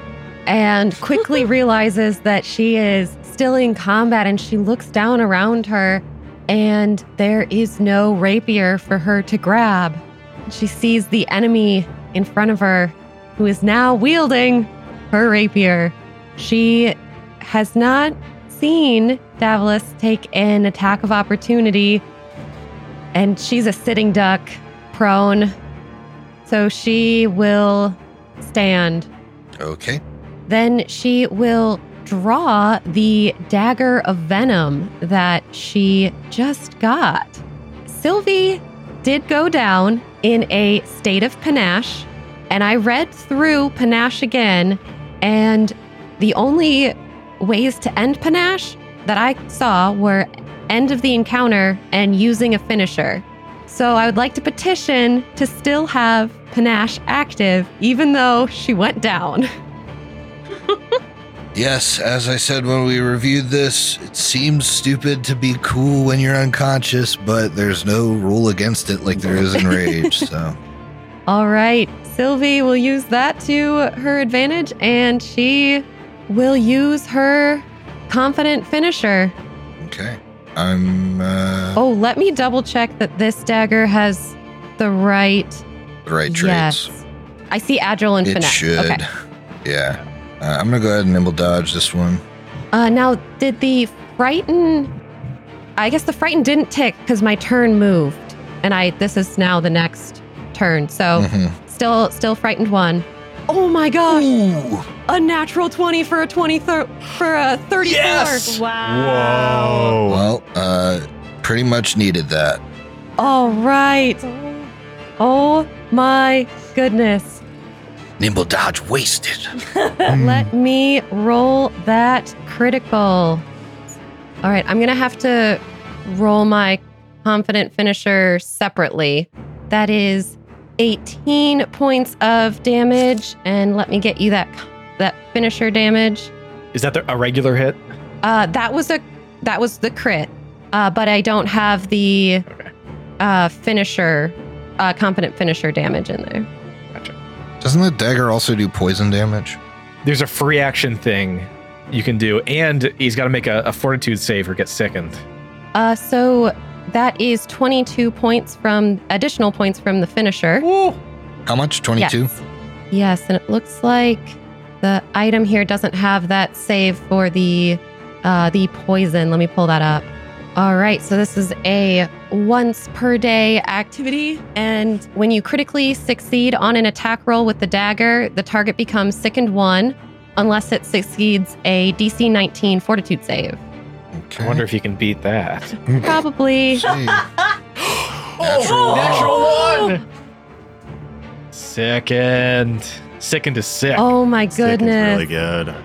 [SPEAKER 5] and quickly realizes that she is still in combat and she looks down around her and there is no rapier for her to grab. She sees the enemy in front of her who is now wielding her rapier. She has not seen Davalos take an attack of opportunity and she's a sitting duck prone. So she will stand.
[SPEAKER 2] Okay.
[SPEAKER 5] Then she will draw the dagger of venom that she just got. Sylvie did go down in a state of panache, and I read through panache again, and the only ways to end panache that I saw were end of the encounter and using a finisher. So I would like to petition to still have panache active, even though she went down.
[SPEAKER 2] Yes, as I said when we reviewed this, it seems stupid to be cool when you're unconscious, but there's no rule against it like there is in rage. So,
[SPEAKER 5] All right. Sylvie will use that to her advantage, and she will use her confident finisher.
[SPEAKER 2] okay. I'm uh,
[SPEAKER 5] Oh, let me double check that this dagger has the right.
[SPEAKER 2] right traits.
[SPEAKER 5] Yes. I see agile and
[SPEAKER 2] it
[SPEAKER 5] finesse.
[SPEAKER 2] should.
[SPEAKER 5] Okay.
[SPEAKER 2] Yeah. Uh, I'm going to go ahead and nimble dodge this one.
[SPEAKER 5] Uh, now, did the frighten? I guess the frighten didn't tick because my turn moved, and I. This is now the next turn, so
[SPEAKER 2] Mhm.
[SPEAKER 5] still, still frightened one. Oh my gosh! A natural twenty for a twenty thir- for a thirty-four.
[SPEAKER 3] Wow.
[SPEAKER 2] Well, uh, pretty much needed that.
[SPEAKER 5] All right. Oh my goodness.
[SPEAKER 2] Nimble dodge wasted.
[SPEAKER 5] Let me roll that critical. All right, I'm going to have to roll my confident finisher separately. That is 18 points of damage and let me get you that that finisher damage.
[SPEAKER 4] Is that the, a regular hit?
[SPEAKER 5] Uh, that was a that was the crit, uh, but I don't have the
[SPEAKER 4] Okay.
[SPEAKER 5] uh, finisher, uh, confident finisher damage in there.
[SPEAKER 2] Doesn't the dagger also do poison damage?
[SPEAKER 4] There's a free action thing you can do, and he's got to make a, a fortitude save or get sickened.
[SPEAKER 5] Uh, so that is 22 points from additional points from the finisher.
[SPEAKER 2] How much? 22?
[SPEAKER 5] Yes. Yes, and it looks like the item here doesn't have that save for the uh, the poison. Let me pull that up. All right, so this is a once per day activity. And when you critically succeed on an attack roll with the dagger, the target becomes sickened one unless it succeeds a DC 19 fortitude save.
[SPEAKER 2] Okay.
[SPEAKER 4] I wonder if you can beat that.
[SPEAKER 5] <laughs> Probably.
[SPEAKER 2] Gee.
[SPEAKER 4] Oh,
[SPEAKER 5] Oh.
[SPEAKER 4] natural one. Second. Second to sick.
[SPEAKER 5] Oh my
[SPEAKER 6] Sick is
[SPEAKER 5] goodness.
[SPEAKER 6] really good.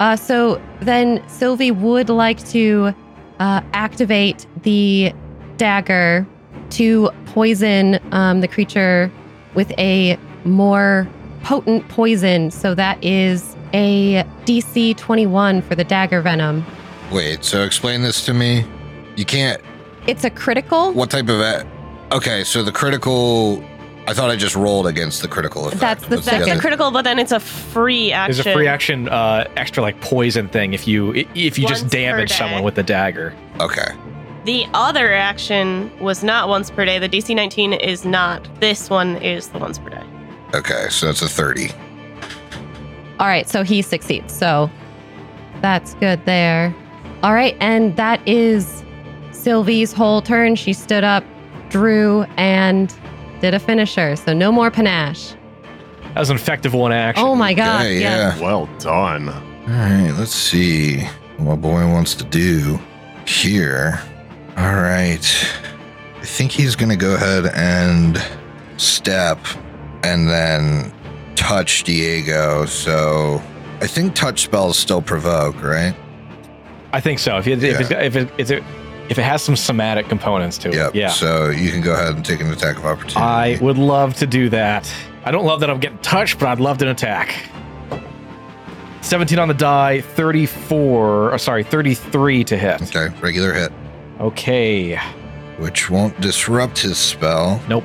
[SPEAKER 5] Uh, so then Sylvie would like to uh, activate the dagger to poison um, the creature with a more potent poison. So that is a DC 21 for the dagger venom.
[SPEAKER 2] Wait, so explain this to me. You can't.
[SPEAKER 5] It's a critical.
[SPEAKER 2] What type of. A- okay, so the critical. I thought I just rolled against the critical effect.
[SPEAKER 5] That's the
[SPEAKER 2] other-
[SPEAKER 3] That's a critical, but then it's a free action.
[SPEAKER 4] There's a free action uh, extra like poison thing if you i- if you
[SPEAKER 3] Once
[SPEAKER 4] just
[SPEAKER 3] per
[SPEAKER 4] damage
[SPEAKER 3] day.
[SPEAKER 4] someone with the dagger.
[SPEAKER 2] Okay.
[SPEAKER 3] The other action was not once per day. The DC 19 is not. This one is the once per day.
[SPEAKER 2] Okay, so that's a 30.
[SPEAKER 5] All right, so he succeeds. So that's good there. All right, and that is Sylvie's whole turn. She stood up, drew, and did a finisher. So no more panache.
[SPEAKER 4] That was an effective one action.
[SPEAKER 5] Oh my god.
[SPEAKER 2] Okay,
[SPEAKER 5] yes.
[SPEAKER 2] yeah.
[SPEAKER 6] Well done.
[SPEAKER 2] All right, let's see what my boy wants to do here. All right. I think he's going to go ahead and step and then touch Diego. So I think touch spells still provoke, right?
[SPEAKER 4] I think so. If it, if, it's, if, it, if, it, if it has some somatic components to it,
[SPEAKER 2] Yep.
[SPEAKER 4] yeah.
[SPEAKER 2] So you can go ahead and take an attack of opportunity.
[SPEAKER 4] I would love to do that. I don't love that I'm getting touched, but I'd love an attack. 17 on the die, 34, or sorry, 33 to hit.
[SPEAKER 2] Okay, regular hit,
[SPEAKER 4] Okay.
[SPEAKER 2] which won't disrupt his spell.
[SPEAKER 4] Nope.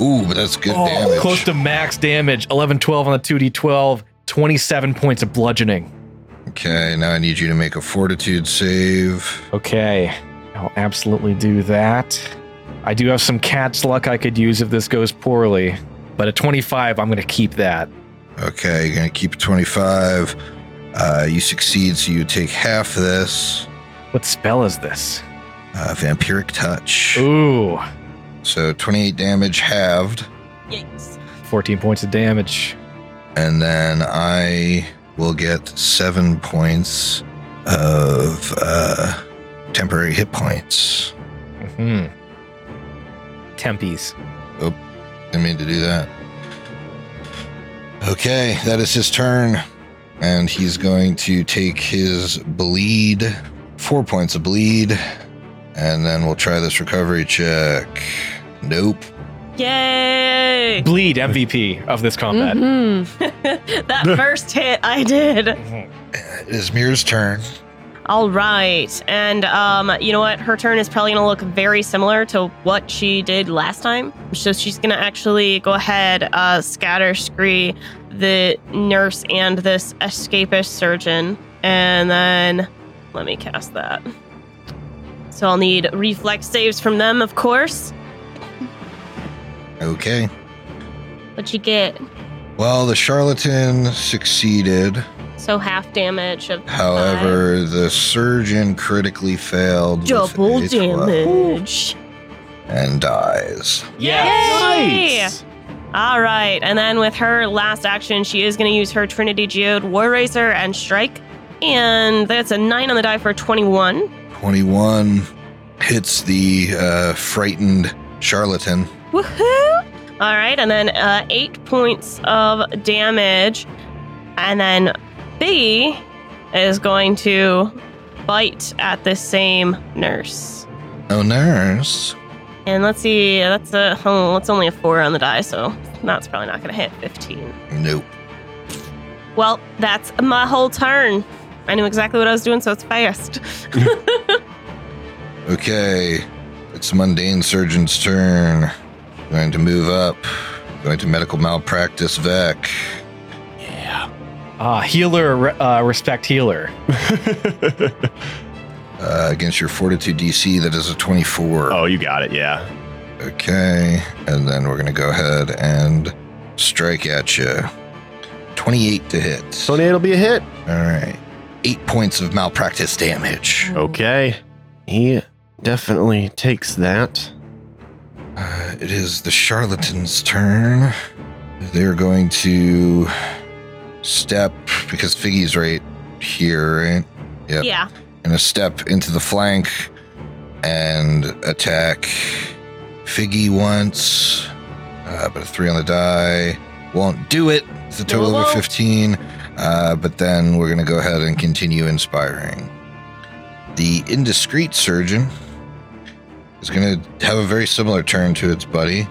[SPEAKER 2] Ooh, but that's good
[SPEAKER 4] Oh,
[SPEAKER 2] damage.
[SPEAKER 4] Close to max damage. 11, 12 on the 2d12, 27 points of bludgeoning.
[SPEAKER 2] Okay, now I need you to make a fortitude save.
[SPEAKER 4] Okay. I'll absolutely do that. I do have some cat's luck I could use if this goes poorly, but at 25, I'm going to keep that.
[SPEAKER 2] Okay, you're gonna keep 25. Uh, you succeed, so you take half this
[SPEAKER 4] What spell is this?
[SPEAKER 2] uh, vampiric touch.
[SPEAKER 4] Ooh,
[SPEAKER 2] So 28 damage halved,
[SPEAKER 3] Yikes.
[SPEAKER 4] 14 points of damage.
[SPEAKER 2] and then I will get seven points of uh, temporary hit points.
[SPEAKER 4] Hmm. Mm-hmm. Tempies.
[SPEAKER 2] I mean to do that. Okay, that is his turn, and he's going to take his bleed, four points of bleed, and then we'll try this recovery check. Nope.
[SPEAKER 3] Yay! <laughs>
[SPEAKER 4] Bleed MVP of this combat.
[SPEAKER 5] Mhm.
[SPEAKER 3] that
[SPEAKER 4] <laughs>
[SPEAKER 3] first hit I did.
[SPEAKER 4] Mhm.
[SPEAKER 2] It is Mir's turn.
[SPEAKER 3] All right. And um, you know what? Her turn is probably going to look very similar to what she did last time. So she's going to actually go ahead, uh, scatter scree the nurse and this escapist surgeon. And then let me cast that. So I'll need reflex saves from them, of course.
[SPEAKER 2] Okay.
[SPEAKER 3] What you get?
[SPEAKER 2] Well, the charlatan succeeded.
[SPEAKER 3] So half damage of
[SPEAKER 2] However, the surgeon critically failed. with
[SPEAKER 3] double
[SPEAKER 2] a 12
[SPEAKER 3] damage.
[SPEAKER 2] And dies.
[SPEAKER 3] Yay! All right, and then with her last action, she is going to use her Trinity Geode War Racer and Strike, and that's a nine on the die for twenty-one.
[SPEAKER 2] 21 hits the uh, frightened charlatan.
[SPEAKER 3] Woohoo! All right, and then uh, eight points of damage, and then B is going to bite at the same nurse.
[SPEAKER 2] Oh, nurse.
[SPEAKER 3] And let's see, that's a oh, that's only a four on the die, so that's probably not going to hit fifteen.
[SPEAKER 2] Nope.
[SPEAKER 3] Well, that's my whole turn. I knew exactly what I was doing, so it's fast.
[SPEAKER 2] Okay. It's mundane surgeon's turn. Going to move up. Going to medical malpractice Vec.
[SPEAKER 4] Ah, healer, re- uh, respect healer.
[SPEAKER 2] Uh, against your fortitude DC, that is a 24.
[SPEAKER 6] <laughs> oh, you got it. Yeah.
[SPEAKER 2] Okay, and then we're gonna go ahead and strike at you. 28 to hit.
[SPEAKER 7] Tony, it'll be a hit.
[SPEAKER 2] All right, eight points of malpractice damage.
[SPEAKER 6] Okay.
[SPEAKER 7] He definitely takes that.
[SPEAKER 2] Uh, it is the charlatan's turn. They're going to step because Figgy's right here, right? Yep.
[SPEAKER 3] Yeah.
[SPEAKER 2] And a step into the flank and attack. Figgy once, uh, but a three on the die won't do it. It's a
[SPEAKER 3] No, it
[SPEAKER 2] total of a
[SPEAKER 3] won't.
[SPEAKER 2] 15. Uh, but then we're going to go ahead and continue inspiring. The indiscreet surgeon is going to have a very similar turn to its buddy.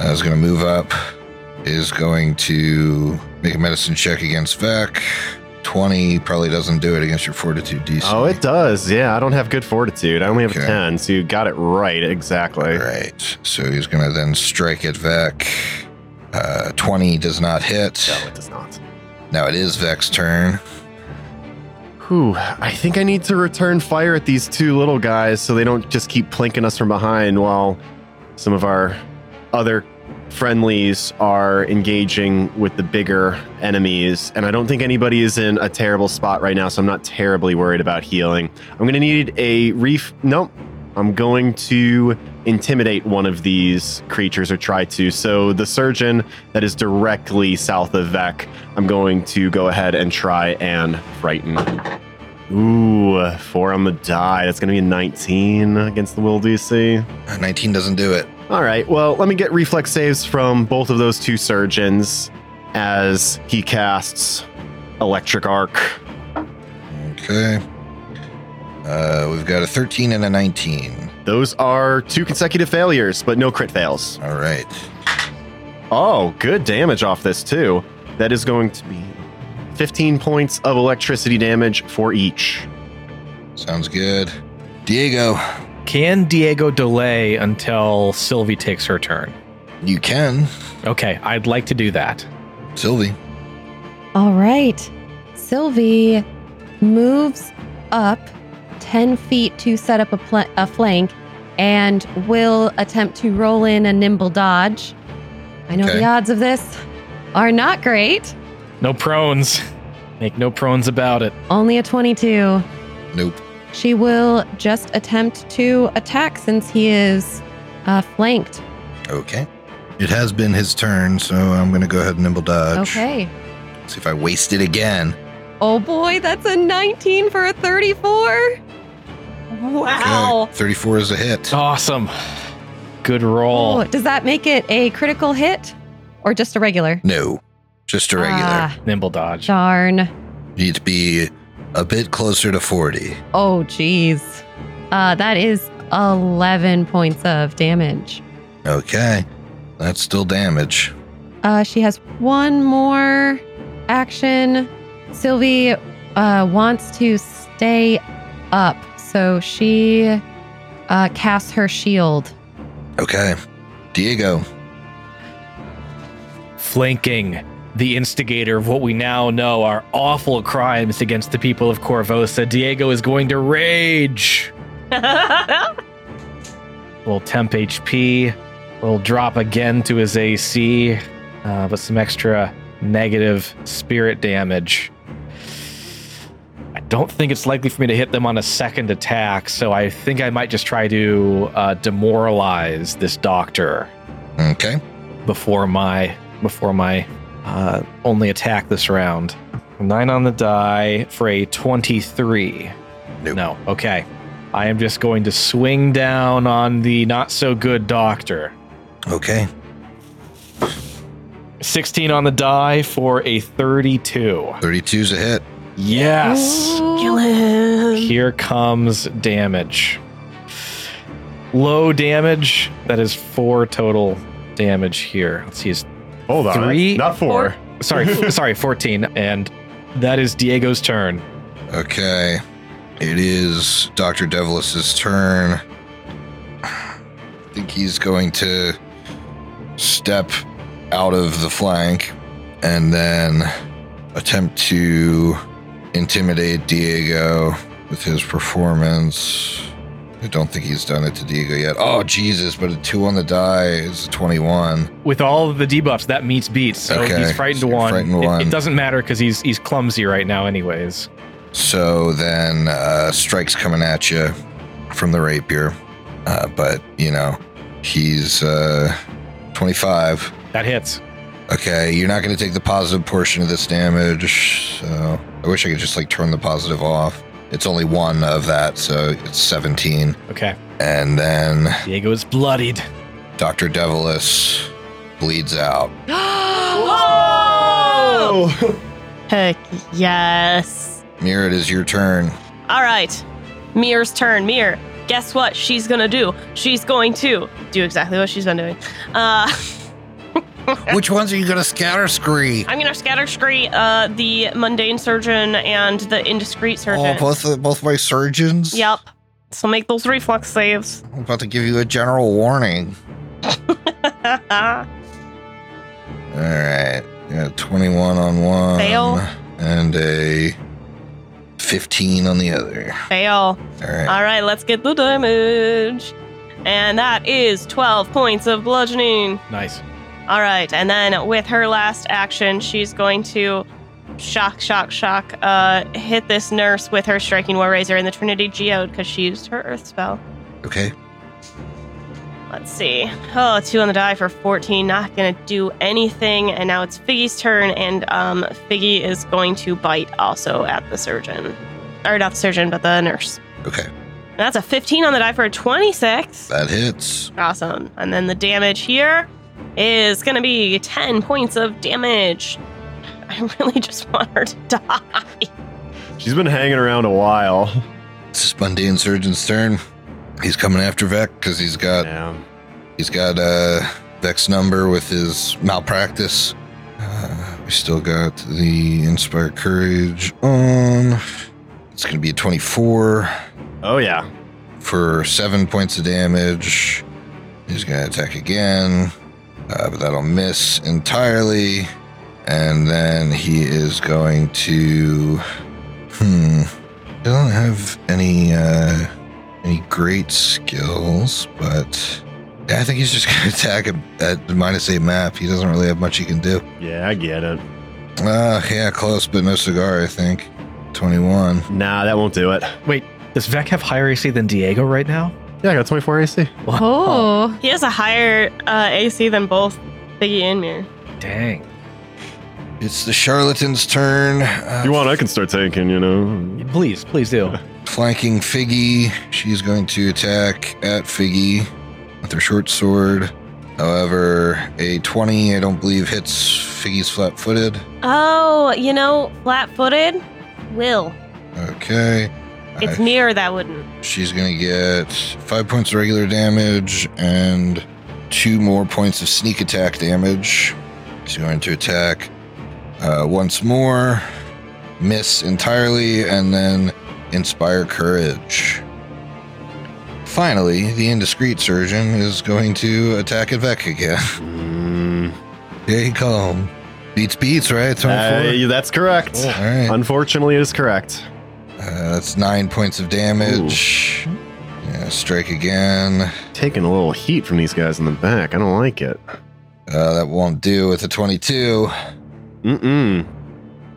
[SPEAKER 2] Uh, is going to move up. Is going to make a medicine check against Vec. 20 probably doesn't do it against your fortitude DC.
[SPEAKER 6] Oh, it does. Yeah, I don't have good fortitude. I only have
[SPEAKER 2] Okay.
[SPEAKER 6] 10, so you got it right. Exactly.
[SPEAKER 2] Right. So he's going to then strike at Vec. Uh, 20 does not hit.
[SPEAKER 6] No, it does not.
[SPEAKER 2] Now it is Vec's turn.
[SPEAKER 6] Whew, I think I need to return fire at these two little guys so they don't just keep plinking us from behind while some of our other friendlies are engaging with the bigger enemies. And I don't think anybody is in a terrible spot right now, so I'm not terribly worried about healing. I'm going to need a reef. Nope. I'm going to intimidate one of these creatures or try to. So the surgeon that is directly south of Vec, I'm going to go ahead and try and frighten. Ooh, four on the die. That's going to be a 19 against the will DC.
[SPEAKER 2] Uh, 19 doesn't do it.
[SPEAKER 6] All right. Well, let me get reflex saves from both of those two surgeons as he casts electric arc.
[SPEAKER 2] Okay. Uh, we've got a 13 and a 19.
[SPEAKER 6] Those are two consecutive failures, but no crit fails.
[SPEAKER 2] All right.
[SPEAKER 6] Oh, good damage off this too. That is going to be 15 points of electricity damage for each.
[SPEAKER 2] Sounds good. Diego,
[SPEAKER 4] Can Diego delay until Sylvie takes her turn?
[SPEAKER 2] you can.
[SPEAKER 4] Okay, I'd like to do that.
[SPEAKER 2] Sylvie.
[SPEAKER 5] All right. Sylvie moves up 10 feet to set up a, pl- a flank and will attempt to roll in a nimble dodge. I know
[SPEAKER 2] Okay.
[SPEAKER 5] the odds of this are not great,
[SPEAKER 4] No prones. Make no prones about it.
[SPEAKER 5] only a 22.
[SPEAKER 2] Nope.
[SPEAKER 5] She will just attempt to attack since he is uh, flanked.
[SPEAKER 2] Okay. It has been his turn, so I'm going to go ahead and nimble dodge.
[SPEAKER 5] Okay.
[SPEAKER 2] See if I waste it again.
[SPEAKER 5] Oh boy, that's a 19 for a 34.
[SPEAKER 2] Okay.
[SPEAKER 3] Wow.
[SPEAKER 2] 34 is a hit.
[SPEAKER 4] Awesome. Good roll.
[SPEAKER 5] Oh, does that make it a critical hit or just a regular?
[SPEAKER 2] No, just a regular.
[SPEAKER 5] Ah,
[SPEAKER 4] Nimble dodge.
[SPEAKER 5] darn.
[SPEAKER 2] Need to be a bit closer to 40.
[SPEAKER 5] Oh, jeez. Uh, that is 11 points of damage.
[SPEAKER 2] Okay. That's still damage.
[SPEAKER 5] Uh, she has one more action. Sylvie uh, wants to stay up, so she uh, casts her shield.
[SPEAKER 2] Okay. Diego.
[SPEAKER 4] Flanking the instigator of what we now know are awful crimes against the people of Corvosa. Diego is going to rage. We'll temp HP. We'll drop again to his AC, uh, but some extra negative spirit damage. I don't think it's likely for me to hit them on a second attack, so I think I might just try to uh, demoralize this doctor
[SPEAKER 2] Okay.
[SPEAKER 4] before my before my uh, only attack this round. Nine on the die for a twenty-three.
[SPEAKER 2] Nope.
[SPEAKER 4] No. Okay. I am just going to swing down on the not so good doctor.
[SPEAKER 2] Okay.
[SPEAKER 4] 16 on the die for a 32.
[SPEAKER 2] 32's a hit.
[SPEAKER 4] Yes.
[SPEAKER 5] Ooh.
[SPEAKER 3] Kill him.
[SPEAKER 4] Here comes damage. Low damage. That is four total damage here. Let's see his
[SPEAKER 6] Hold on.
[SPEAKER 4] Three,
[SPEAKER 6] Not four.
[SPEAKER 4] sorry, f- sorry, 14. And that is Diego's turn.
[SPEAKER 2] Okay. It is Dr. Devilis's turn. I think he's going to step out of the flank and then attempt to intimidate Diego with his performance. I don't think he's done it to Diego yet. Oh, Jesus, but a two on the die is a 21.
[SPEAKER 4] With all of the debuffs, that meets beats. So
[SPEAKER 2] Okay,
[SPEAKER 4] he's frightened
[SPEAKER 2] so
[SPEAKER 4] to
[SPEAKER 2] you're
[SPEAKER 4] one.
[SPEAKER 2] frightened
[SPEAKER 4] It-
[SPEAKER 2] one.
[SPEAKER 4] It, doesn't matter because he's he's clumsy right now, anyways.
[SPEAKER 2] So then uh, strikes coming at you from the rapier. Uh, but, you know, he's uh, 25.
[SPEAKER 4] That hits.
[SPEAKER 2] Okay, you're not going to take the positive portion of this damage. So I wish I could just like turn the positive off. It's only one of that, so it's 17.
[SPEAKER 4] Okay.
[SPEAKER 2] And then
[SPEAKER 4] Diego is bloodied.
[SPEAKER 2] Dr. Devilis bleeds out.
[SPEAKER 3] Whoa!
[SPEAKER 6] Oh,
[SPEAKER 3] Heck yes.
[SPEAKER 2] Mir, it is your turn.
[SPEAKER 3] All right. Mir's turn. Mir, guess what she's going to do? She's going to do exactly what she's been doing. Uh, <laughs>
[SPEAKER 2] Which ones are you going to scatter scree?
[SPEAKER 3] I'm going to scatter scree uh, the mundane surgeon and the indiscreet
[SPEAKER 2] Oh,
[SPEAKER 3] surgeon.
[SPEAKER 2] both both my surgeons.
[SPEAKER 3] Yep. So make those reflex saves. <laughs>
[SPEAKER 2] I'm about to give you a general warning.
[SPEAKER 3] Fail.
[SPEAKER 2] All right, yeah, 21 on one, and a 15 on the other. All right.
[SPEAKER 3] All right, let's get the damage. And that is 12 points of bludgeoning.
[SPEAKER 4] Nice.
[SPEAKER 3] All right, and then with her last action, she's going to shock, shock, shock, uh, hit this nurse with her striking war razor in the Trinity Geode because she used her Earth spell.
[SPEAKER 2] Okay.
[SPEAKER 3] Let's see. Oh, two on the die for 14. Not going to do anything. And now it's Figgy's turn, and um, Figgy is going to bite also at the surgeon. Or not the surgeon, but the nurse.
[SPEAKER 2] Okay.
[SPEAKER 3] And that's a 15 on the die for a 26.
[SPEAKER 2] That hits.
[SPEAKER 3] Awesome. And then the damage here is going to be 10 points of damage. <laughs> I really just <laughs> want her to die.
[SPEAKER 6] she's been hanging around a while.
[SPEAKER 2] It's this mundane surgeon's turn. He's coming after Vec because he's got
[SPEAKER 6] Yeah.
[SPEAKER 2] he's got uh, Vec's number with his malpractice. Uh, we still got the inspire courage on. It's going to be a twenty-four
[SPEAKER 6] Oh yeah.
[SPEAKER 2] for seven points of damage. He's going to attack again, uh, but that'll miss entirely. And then he is going to. Hmm. I don't have any uh, any great skills, but yeah, I think he's just <laughs> going to attack him at the minus eight map. He doesn't really have much he can do.
[SPEAKER 6] Yeah, I get it.
[SPEAKER 2] Ah, yeah, close, but no cigar. I think twenty-one.
[SPEAKER 6] Nah, that won't do it.
[SPEAKER 4] Wait, does Vec have higher AC than Diego right now?
[SPEAKER 6] Yeah, I got 24 AC.
[SPEAKER 5] Oh,
[SPEAKER 3] He has a higher uh, AC than both Biggie and Mir.
[SPEAKER 4] Dang.
[SPEAKER 2] It's the charlatan's turn. Uh,
[SPEAKER 6] You want? I can start taking. You know.
[SPEAKER 4] Please, please
[SPEAKER 6] <laughs>
[SPEAKER 4] do.
[SPEAKER 2] flanking Figgy. She's going to attack at Figgy with her short sword. However, a 20, I don't believe, hits Figgy's flat footed.
[SPEAKER 3] Oh, you know, flat footed? Will.
[SPEAKER 2] Okay.
[SPEAKER 3] It's
[SPEAKER 2] I-
[SPEAKER 3] Mir that wouldn't.
[SPEAKER 2] She's going to get five points of regular damage and two more points of sneak attack damage. She's going to attack uh, once more, miss entirely, and then inspire courage. Finally, the indiscreet surgeon is going to attack Vec again. <laughs>
[SPEAKER 6] Mm,
[SPEAKER 2] Yay, calm. Beats beats, right? 24.
[SPEAKER 6] uh, that's correct.
[SPEAKER 2] All right.
[SPEAKER 6] Unfortunately, it is correct.
[SPEAKER 2] Uh, that's nine points of damage. Yeah, strike again.
[SPEAKER 6] Taking a little heat from these guys in the back. I don't like it.
[SPEAKER 2] Uh, that won't do with a 22.
[SPEAKER 6] <laughs> Mm-mm.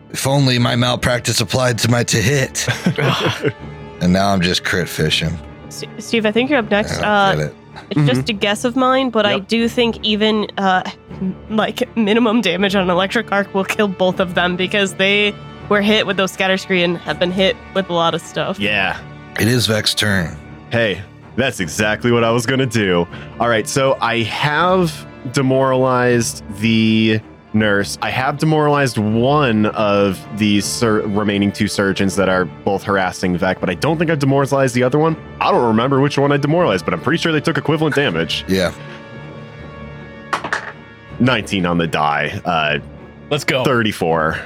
[SPEAKER 2] If only my malpractice applied to my to hit. and now I'm just crit fishing.
[SPEAKER 3] St- Steve, I think you're up next.
[SPEAKER 2] I don't
[SPEAKER 3] Uh,
[SPEAKER 2] get it.
[SPEAKER 3] it's just a guess of mine, but I
[SPEAKER 6] Yep.
[SPEAKER 3] do think even uh, <laughs> m- like minimum damage on an electric arc will kill both of them because they were hit with those scatter screen and have been hit with a lot of stuff.
[SPEAKER 6] Yeah.
[SPEAKER 2] It is Vex's turn.
[SPEAKER 6] Hey, that's exactly what I was going to do. All right, so I have demoralized the nurse. I have demoralized one of the sur- remaining two surgeons that are both harassing Vec, but I don't think I've demoralized the other one. I don't remember which one I demoralized, but I'm pretty sure they took equivalent damage.
[SPEAKER 2] Yeah.
[SPEAKER 6] 19 on the die, uh,
[SPEAKER 4] Let's go.
[SPEAKER 6] 34.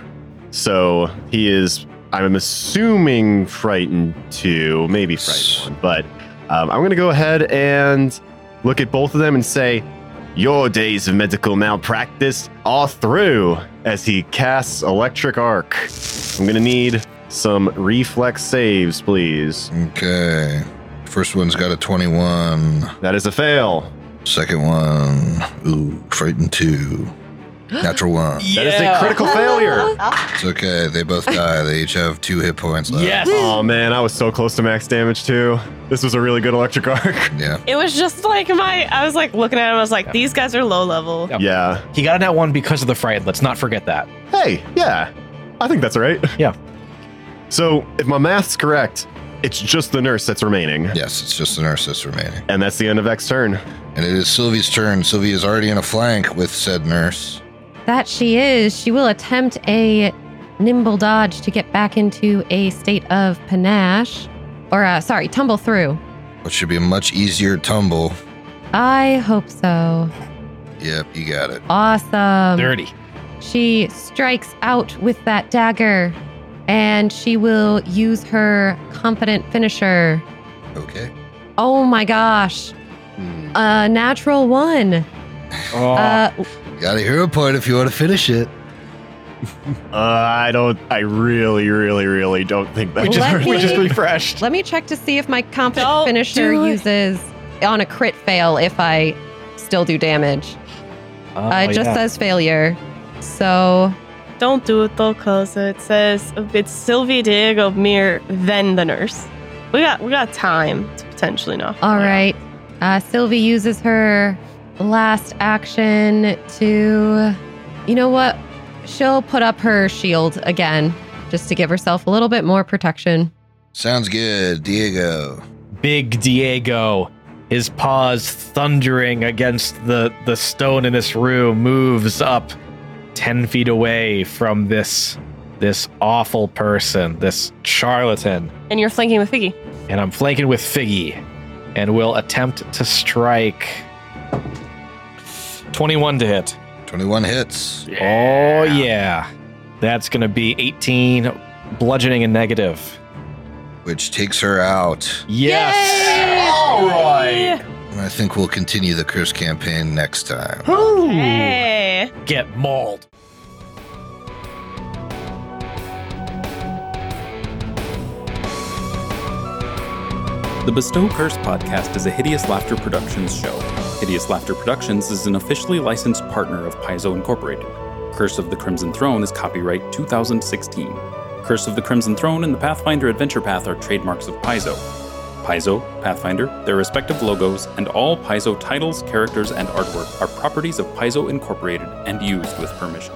[SPEAKER 6] So he is, I'm assuming, frightened two, maybe frightened one, but um, I'm going to go ahead and look at both of them and say, Your days of medical malpractice are through as he casts Electric Arc. I'm going to need some reflex saves, please.
[SPEAKER 2] Okay. First one's got a 21.
[SPEAKER 6] That is a fail.
[SPEAKER 2] Second one, ooh, frightened two. Natural one.
[SPEAKER 6] That is a <laughs> critical failure.
[SPEAKER 2] It's okay. They both die. They each have two hit points left.
[SPEAKER 4] Yes.
[SPEAKER 6] Oh man, I was so close to max damage too. This was a really good electric arc.
[SPEAKER 2] Yeah.
[SPEAKER 3] It was just like my. I was like looking at him. I was like, these guys are low level.
[SPEAKER 4] Yep.
[SPEAKER 6] Yeah.
[SPEAKER 4] He got a nat one because of the fright. Let's not forget that.
[SPEAKER 6] Hey, yeah. I think that's all right. <laughs>
[SPEAKER 4] Yeah.
[SPEAKER 6] So if my math's correct, it's just the nurse that's remaining.
[SPEAKER 2] Yes, it's just the narcissist remaining.
[SPEAKER 6] And that's the end of X's turn.
[SPEAKER 2] And it is Sylvie's turn. Sylvie is already in a flank with said nurse.
[SPEAKER 5] That she is. She will attempt a nimble dodge to get back into a state of panache, or uh, sorry, tumble through.
[SPEAKER 2] Which should be a much easier tumble.
[SPEAKER 5] I hope so.
[SPEAKER 2] Yep, you got it.
[SPEAKER 5] Awesome.
[SPEAKER 4] Dirty.
[SPEAKER 5] She strikes out with that dagger, and she will use her confident finisher.
[SPEAKER 2] Okay.
[SPEAKER 5] Oh my gosh, a natural one.
[SPEAKER 4] Oh,
[SPEAKER 5] Uh,
[SPEAKER 2] Got a hero point if you want to finish it.
[SPEAKER 6] Uh, I don't. I really, really, really don't think <laughs> that.
[SPEAKER 5] We just- Let
[SPEAKER 4] we
[SPEAKER 5] me-
[SPEAKER 4] just refreshed.
[SPEAKER 5] Let me check to see if my confident
[SPEAKER 3] Don't
[SPEAKER 5] finisher
[SPEAKER 3] do it.
[SPEAKER 5] uses on a crit fail if I still do damage.
[SPEAKER 4] Oh,
[SPEAKER 5] uh, it just
[SPEAKER 4] yeah.
[SPEAKER 5] says failure. So
[SPEAKER 3] Don't do it though, cause it says it's Sylvie Diego Mir, then the nurse. We got we got time to potentially know.
[SPEAKER 5] all right, uh, Sylvie uses her last action to, you know what? She'll put up her shield again just to give herself a little bit more protection.
[SPEAKER 2] Sounds good, Diego.
[SPEAKER 4] Big Diego, his paws thundering against the, the stone in this room, moves up 10 feet away from this this awful person, this charlatan.
[SPEAKER 3] And you're flanking with Figgy.
[SPEAKER 4] And I'm flanking with Figgy and will attempt to strike 21 to hit.
[SPEAKER 2] 21 hits.
[SPEAKER 4] Oh, yeah. That's going to be 18 bludgeoning and negative.
[SPEAKER 2] which takes her out.
[SPEAKER 4] Yes.
[SPEAKER 6] All right.
[SPEAKER 2] And I think we'll continue the curse campaign next time.
[SPEAKER 3] Hey.
[SPEAKER 4] Get mauled.
[SPEAKER 1] The Bestow Curse podcast is a Hideous Laughter Productions show. Hideous Laughter Productions is an officially licensed partner of Paizo Incorporated. Curse of the Crimson Throne is copyright 2016. Curse of the Crimson Throne and the Pathfinder Adventure Path are trademarks of Paizo. Paizo, Pathfinder, their respective logos, and all Paizo titles, characters, and artwork are properties of Paizo Incorporated and used with permission.